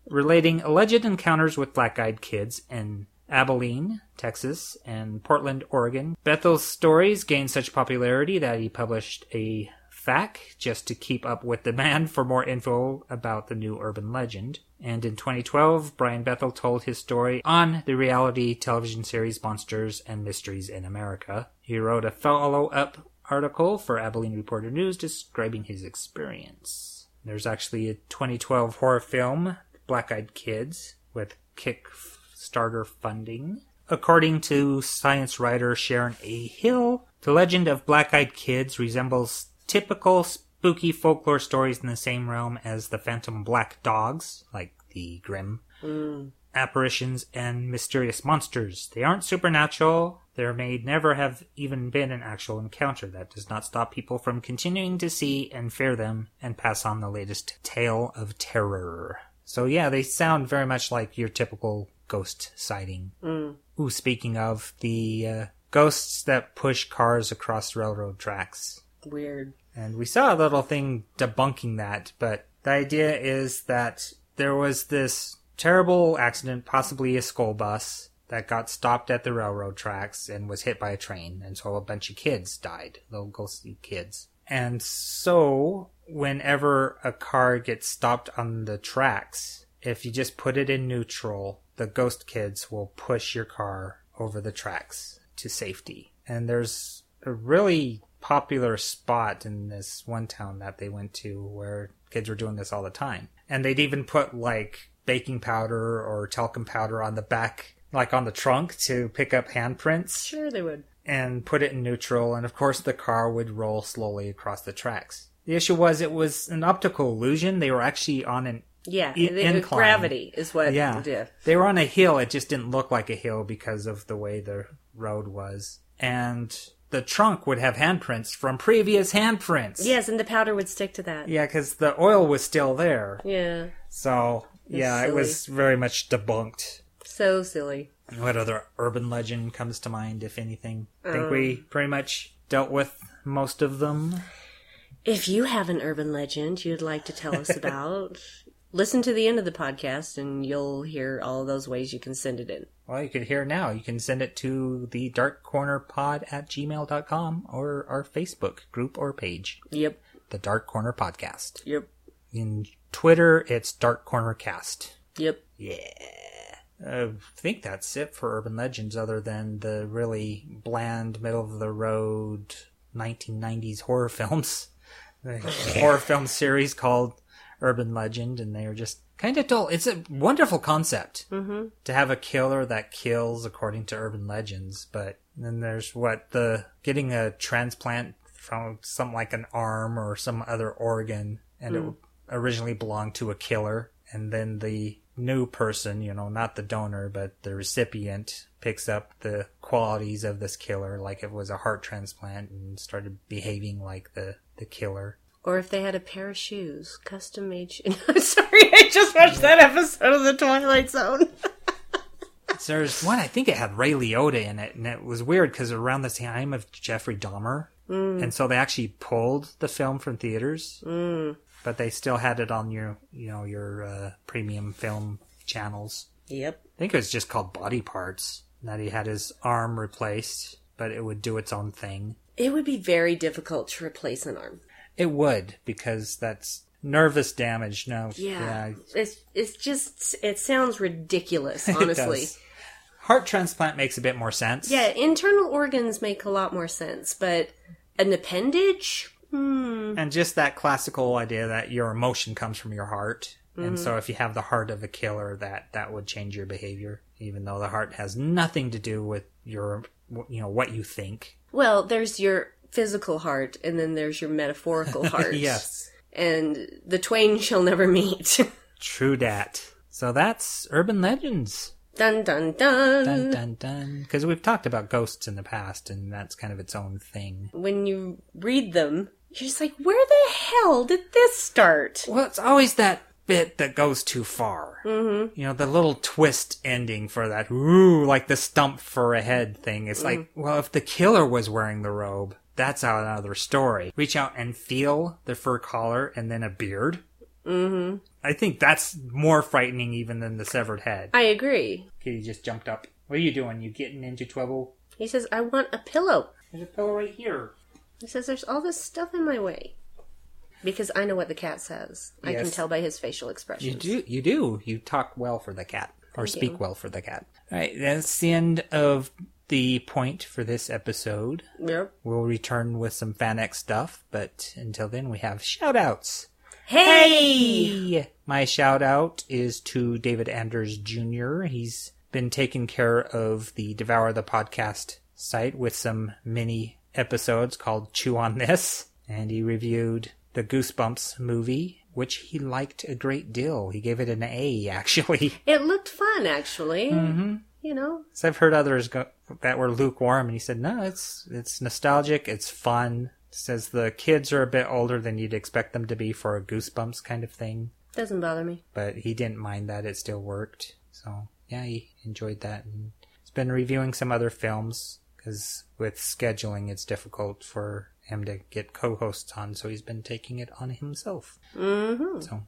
relating alleged encounters with black eyed kids in Abilene, Texas, and Portland, Oregon. Bethel's stories gained such popularity that he published a FAQ just to keep up with demand for more info about the new urban legend. And in 2012, Brian Bethel told his story on the reality television series Monsters and Mysteries in America. He wrote a follow up article for Abilene Reporter News describing his experience. There's actually a 2012 horror film, Black Eyed Kids, with Kickstarter funding. According to science writer Sharon A. Hill, the legend of Black Eyed Kids resembles typical spooky folklore stories in the same realm as the phantom black dogs, like the Grim apparitions and mysterious monsters. They aren't supernatural. There may never have even been an actual encounter. That does not stop people from continuing to see and fear them and pass on the latest tale of terror. So yeah, they sound very much like your typical ghost sighting. Ooh, speaking of the uh, ghosts that push cars across railroad tracks.
Weird.
And we saw a little thing debunking that, but the idea is that there was this terrible accident, possibly a school bus, that got stopped at the railroad tracks and was hit by a train, and so a bunch of kids died, little ghostly kids. And so, whenever a car gets stopped on the tracks, if you just put it in neutral, the ghost kids will push your car over the tracks to safety. And there's a really popular spot in this one town that they went to where kids were doing this all the time. And they'd even put like baking powder or talcum powder on the back, like on the trunk to pick up handprints
Sure, they would.
and put it in neutral, and of course the car would roll slowly across the tracks. The issue was it was an optical illusion. They were actually on an
Yeah.
I-
they-
incline.
gravity is what
yeah.
did.
They were on a hill. It just didn't look like a hill because of the way the road was, and the trunk would have handprints from previous handprints.
Yes, and the powder would stick to that.
yeah, because the oil was still there.
yeah.
So yeah, it
silly.
was very much debunked.
So silly.
What other urban legend comes to mind, if anything? I think we
Um.
pretty much dealt with most of them.
If you have an urban legend you'd like to tell [laughs] us about, listen to the end of the podcast and you'll hear all those ways you can send it in.
Well, you could hear now. You can send it to the dark corner pod at gmail.com or our Facebook group or page,
Yep.
the Dark Corner Podcast.
Yep.
In Twitter, it's Dark Corner Cast.
Yep.
I think that's it for urban legends, other than the really bland, middle of the road 1990s horror films. [laughs] The horror film series called Urban Legend, and they are just kind of dull. It's a wonderful concept mm-hmm. to have a killer that kills according to urban legends, but then there's what the getting a transplant from some like an arm or some other organ, and it originally belonged to a killer, and then the new person, you know, not the donor, but the recipient picks up the qualities of this killer, like it was a heart transplant and started behaving like the, the killer.
Or if they had a pair of shoes, custom made shoes. [laughs] I'm sorry, I just watched that episode of The Twilight Zone.
So There's one, I think it had Ray Liotta in it, and it was weird because around the time
Mm. Mm.
of Jeffrey Dahmer, and so they actually pulled the film from theaters. but they still had it on your you know your uh, premium film channels.
Yep.
I think it was just called Body Parts. That he had his arm replaced, but it would do its own thing.
It would be very difficult to replace an arm.
It would because that's nervous damage. No,
Yeah.
[laughs]
It's it's just it sounds [laughs] ridiculous, honestly.
does. Heart transplant makes a bit more sense.
Yeah, internal organs make a lot more sense, but an appendage?
And just that classical idea that your emotion comes from your heart. And so if you have the heart of a killer, that, that would change your behavior, even though the heart has nothing to do with your, you know, what you think.
Well, there's your physical heart and then there's
[laughs]
your metaphorical heart.
Yes.
And the twain shall never meet. [laughs]
True dat. So that's urban legends.
dun dun dun.
Dun, dun, dun. Cause we've talked about ghosts in the past and that's kind of its own thing.
When you read them, you're just like, where the hell did this start?
Well, it's always that bit that goes too far. Mm-hmm. You know, the little twist ending for that, ooh, like the stump for a head thing. It's like, well, if the killer was wearing the robe, that's another story. Reach out and feel the fur collar and then a beard. Mm-hmm. I think that's more frightening even than the severed head.
I agree.
Kitty just jumped up. What are you doing? You getting into trouble?
He says, I want a pillow.
There's a pillow right here.
He says, There's all this stuff in my way. Because I know what the cat says. I can
Yes.
tell by his facial expressions.
You do. You do. You talk well for the cat, or speak well for the cat. All right. That's the end of the point for this episode.
Yep.
We'll return with some Fanex stuff, but until then, we have shout outs.
Hey!
My shout out is to David Anders Jr. He's been taking care of the Devour the Podcast site with some mini episodes called Chew on This. And he reviewed the Goosebumps movie, which he liked a great deal. He gave it an A, [laughs] actually.
It looked fun, actually.
Mm-hmm.
You know,
So I've heard others go, that were lukewarm, and he said, "No, it's it's nostalgic. It's fun." Says the kids are a bit older than you'd expect them to be for a Goosebumps kind of thing,
doesn't bother me.
but he didn't mind that. It still worked. So yeah, he enjoyed that, and he's been reviewing some other films because with scheduling, it's difficult for him to get co-hosts on. So he's been taking it on himself. Mm-hmm. So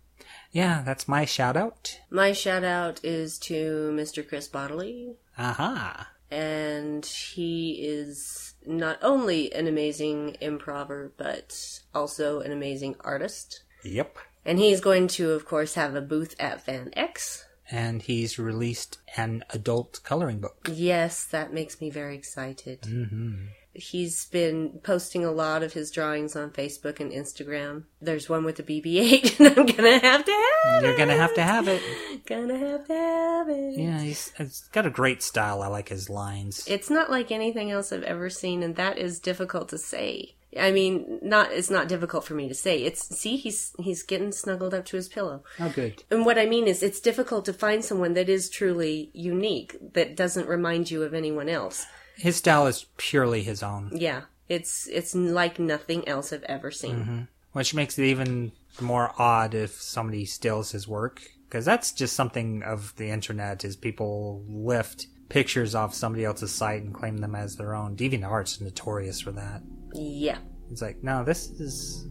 yeah, that's my shout out.
My shout out is to Mr. Chris Bodley,
Aha.
and he is not only an amazing improver, but also an amazing artist.
Yep.
And he's going to, of course, have a booth at Van X.
and he's released an adult coloring book.
Yes, that makes me very excited. Mm-hmm. He's been posting a lot of his drawings on Facebook and Instagram. There's one with the BB-8, [laughs] and I'm gonna have to have
You're
it.
gonna have to have it.
Gonna have to have it.
Yeah, he's, he's got a great style. I like his lines.
It's not like anything else I've ever seen, and that is difficult to say. I mean, not it's not difficult for me to say. It's see, he's he's getting snuggled up to his pillow.
Oh, good.
And what I mean is, it's difficult to find someone that is truly unique, that doesn't remind you of anyone else.
His style is purely his own,
Yeah, it's it's like nothing else I've ever seen.
which makes it even more odd if somebody steals his work, because that's just something of the internet is people lift pictures off somebody else's site and claim them as their own. DeviantArt's notorious for that.
Yeah,
It's like, no, this is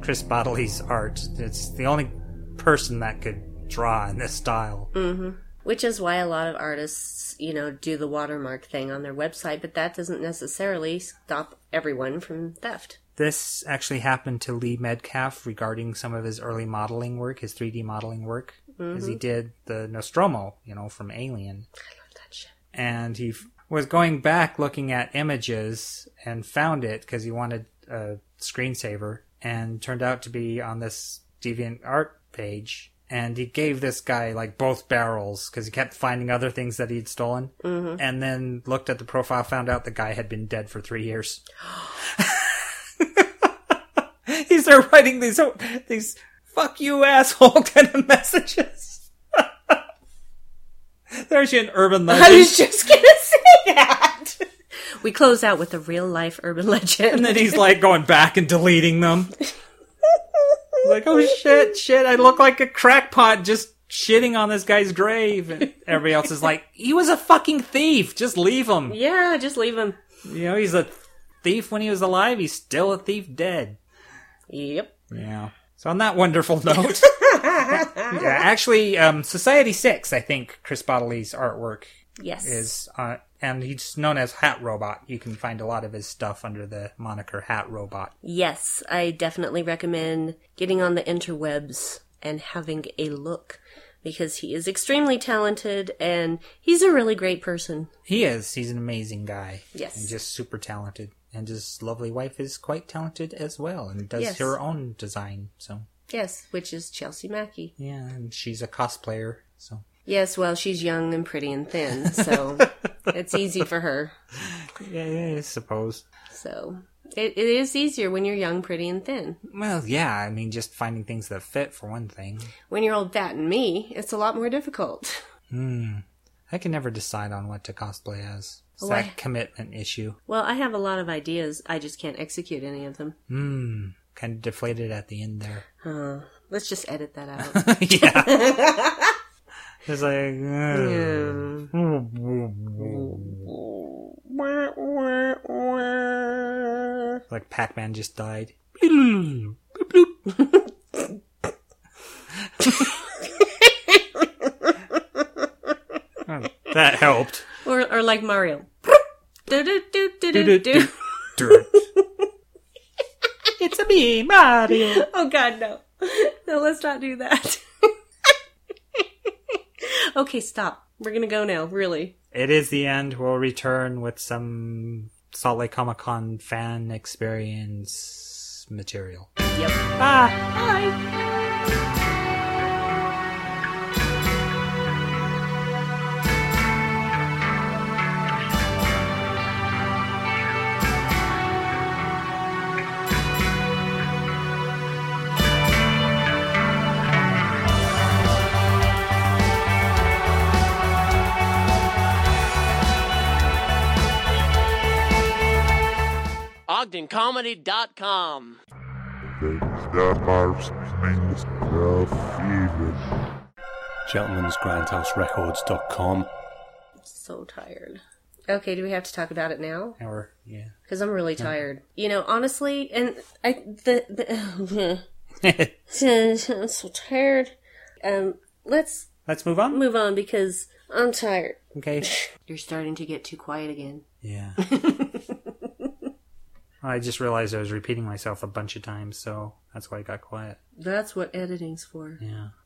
Chris Bodley's art. It's the only person that could draw in this style.
which is why a lot of artists, you know, do the watermark thing on their website, but that doesn't necessarily stop everyone from theft.
This actually happened to Lee Medcalf regarding some of his early modeling work, his 3D modeling work, because he did the Nostromo, you know, from Alien.
That shit.
And he f- was going back looking at images and found it because he wanted a screensaver and turned out to be on this deviant art page. And he gave this guy like both barrels because he kept finding other things that he'd stolen. Mm-hmm. And then looked at the profile, found out the guy had been dead for three years he's there writing these these fuck you asshole [laughs] kind of messages. There's an urban
I
legend.
was just gonna [laughs] say that. We close out with a real life urban [laughs] legend.
[laughs] And then he's like going back and deleting them. like, oh shit, shit, I look like a crackpot just shitting on this guy's grave. And everybody else is like, he was a fucking thief. Just leave him.
yeah, just leave him.
You know, he's a thief when he was alive. He's still a thief dead.
Yep.
Yeah. So on that wonderful note, yeah, actually, um, Society Six, I think Chris Bottley's artwork
Yes.
is, uh, and he's known as Hat Robot. You can find a lot of his stuff under the moniker Hat Robot.
Yes, I definitely recommend getting on the interwebs and having a look because he is extremely talented and he's a really great person.
He is. He's an amazing guy.
Yes.
And just super talented. And his lovely wife is quite talented as well and does
Yes.
her own design. So,
Yes, which is Chelsea Mackey.
yeah, and she's a cosplayer. So,
Yes, well, she's young and pretty and thin, [laughs] so it's easy for her.
yeah, yeah, I suppose.
So it, it is easier when you're young, pretty, and thin.
Well, yeah, I mean, just finding things that fit for one thing.
When you're old, fat, and me, it's a lot more difficult. [laughs]
I can never decide on what to cosplay as. It's
Why?
that commitment issue.
Well, I have a lot of ideas. I just can't execute any of them.
Hmm. Kind of deflated at the end
[laughs]
there. [laughs]
Uh, let's just edit that [laughs] out.
yeah. [laughs] It's like, like Pac Man just died. that helped.
[laughs] or, or like [laughs] Mario.
Do-do-do-do-do.
Do-do-do-do-do.
It's a me, Mario.
Oh God, no! [laughs] No, let's not do that. [laughs] okay, stop. We're gonna go now. Really?
It is the end. We'll return with some Salt Lake Comic Con fan experience material.
Yep.
Ah,
Bye.
OgdenComedy.com.
Gentleman'sGrindhouseRecords.com.
So tired. Okay, do we have to talk about it now?
or yeah. [laughs]
Because I'm really tired. You know, honestly, and I the, the [laughs] I'm so tired. Um, let's
Let's move on.
move on because I'm tired.
Okay.
You're starting to get too quiet again.
Yeah. I just realized I was repeating myself a bunch of times, so that's why I got quiet.
That's what editing's for.
Yeah.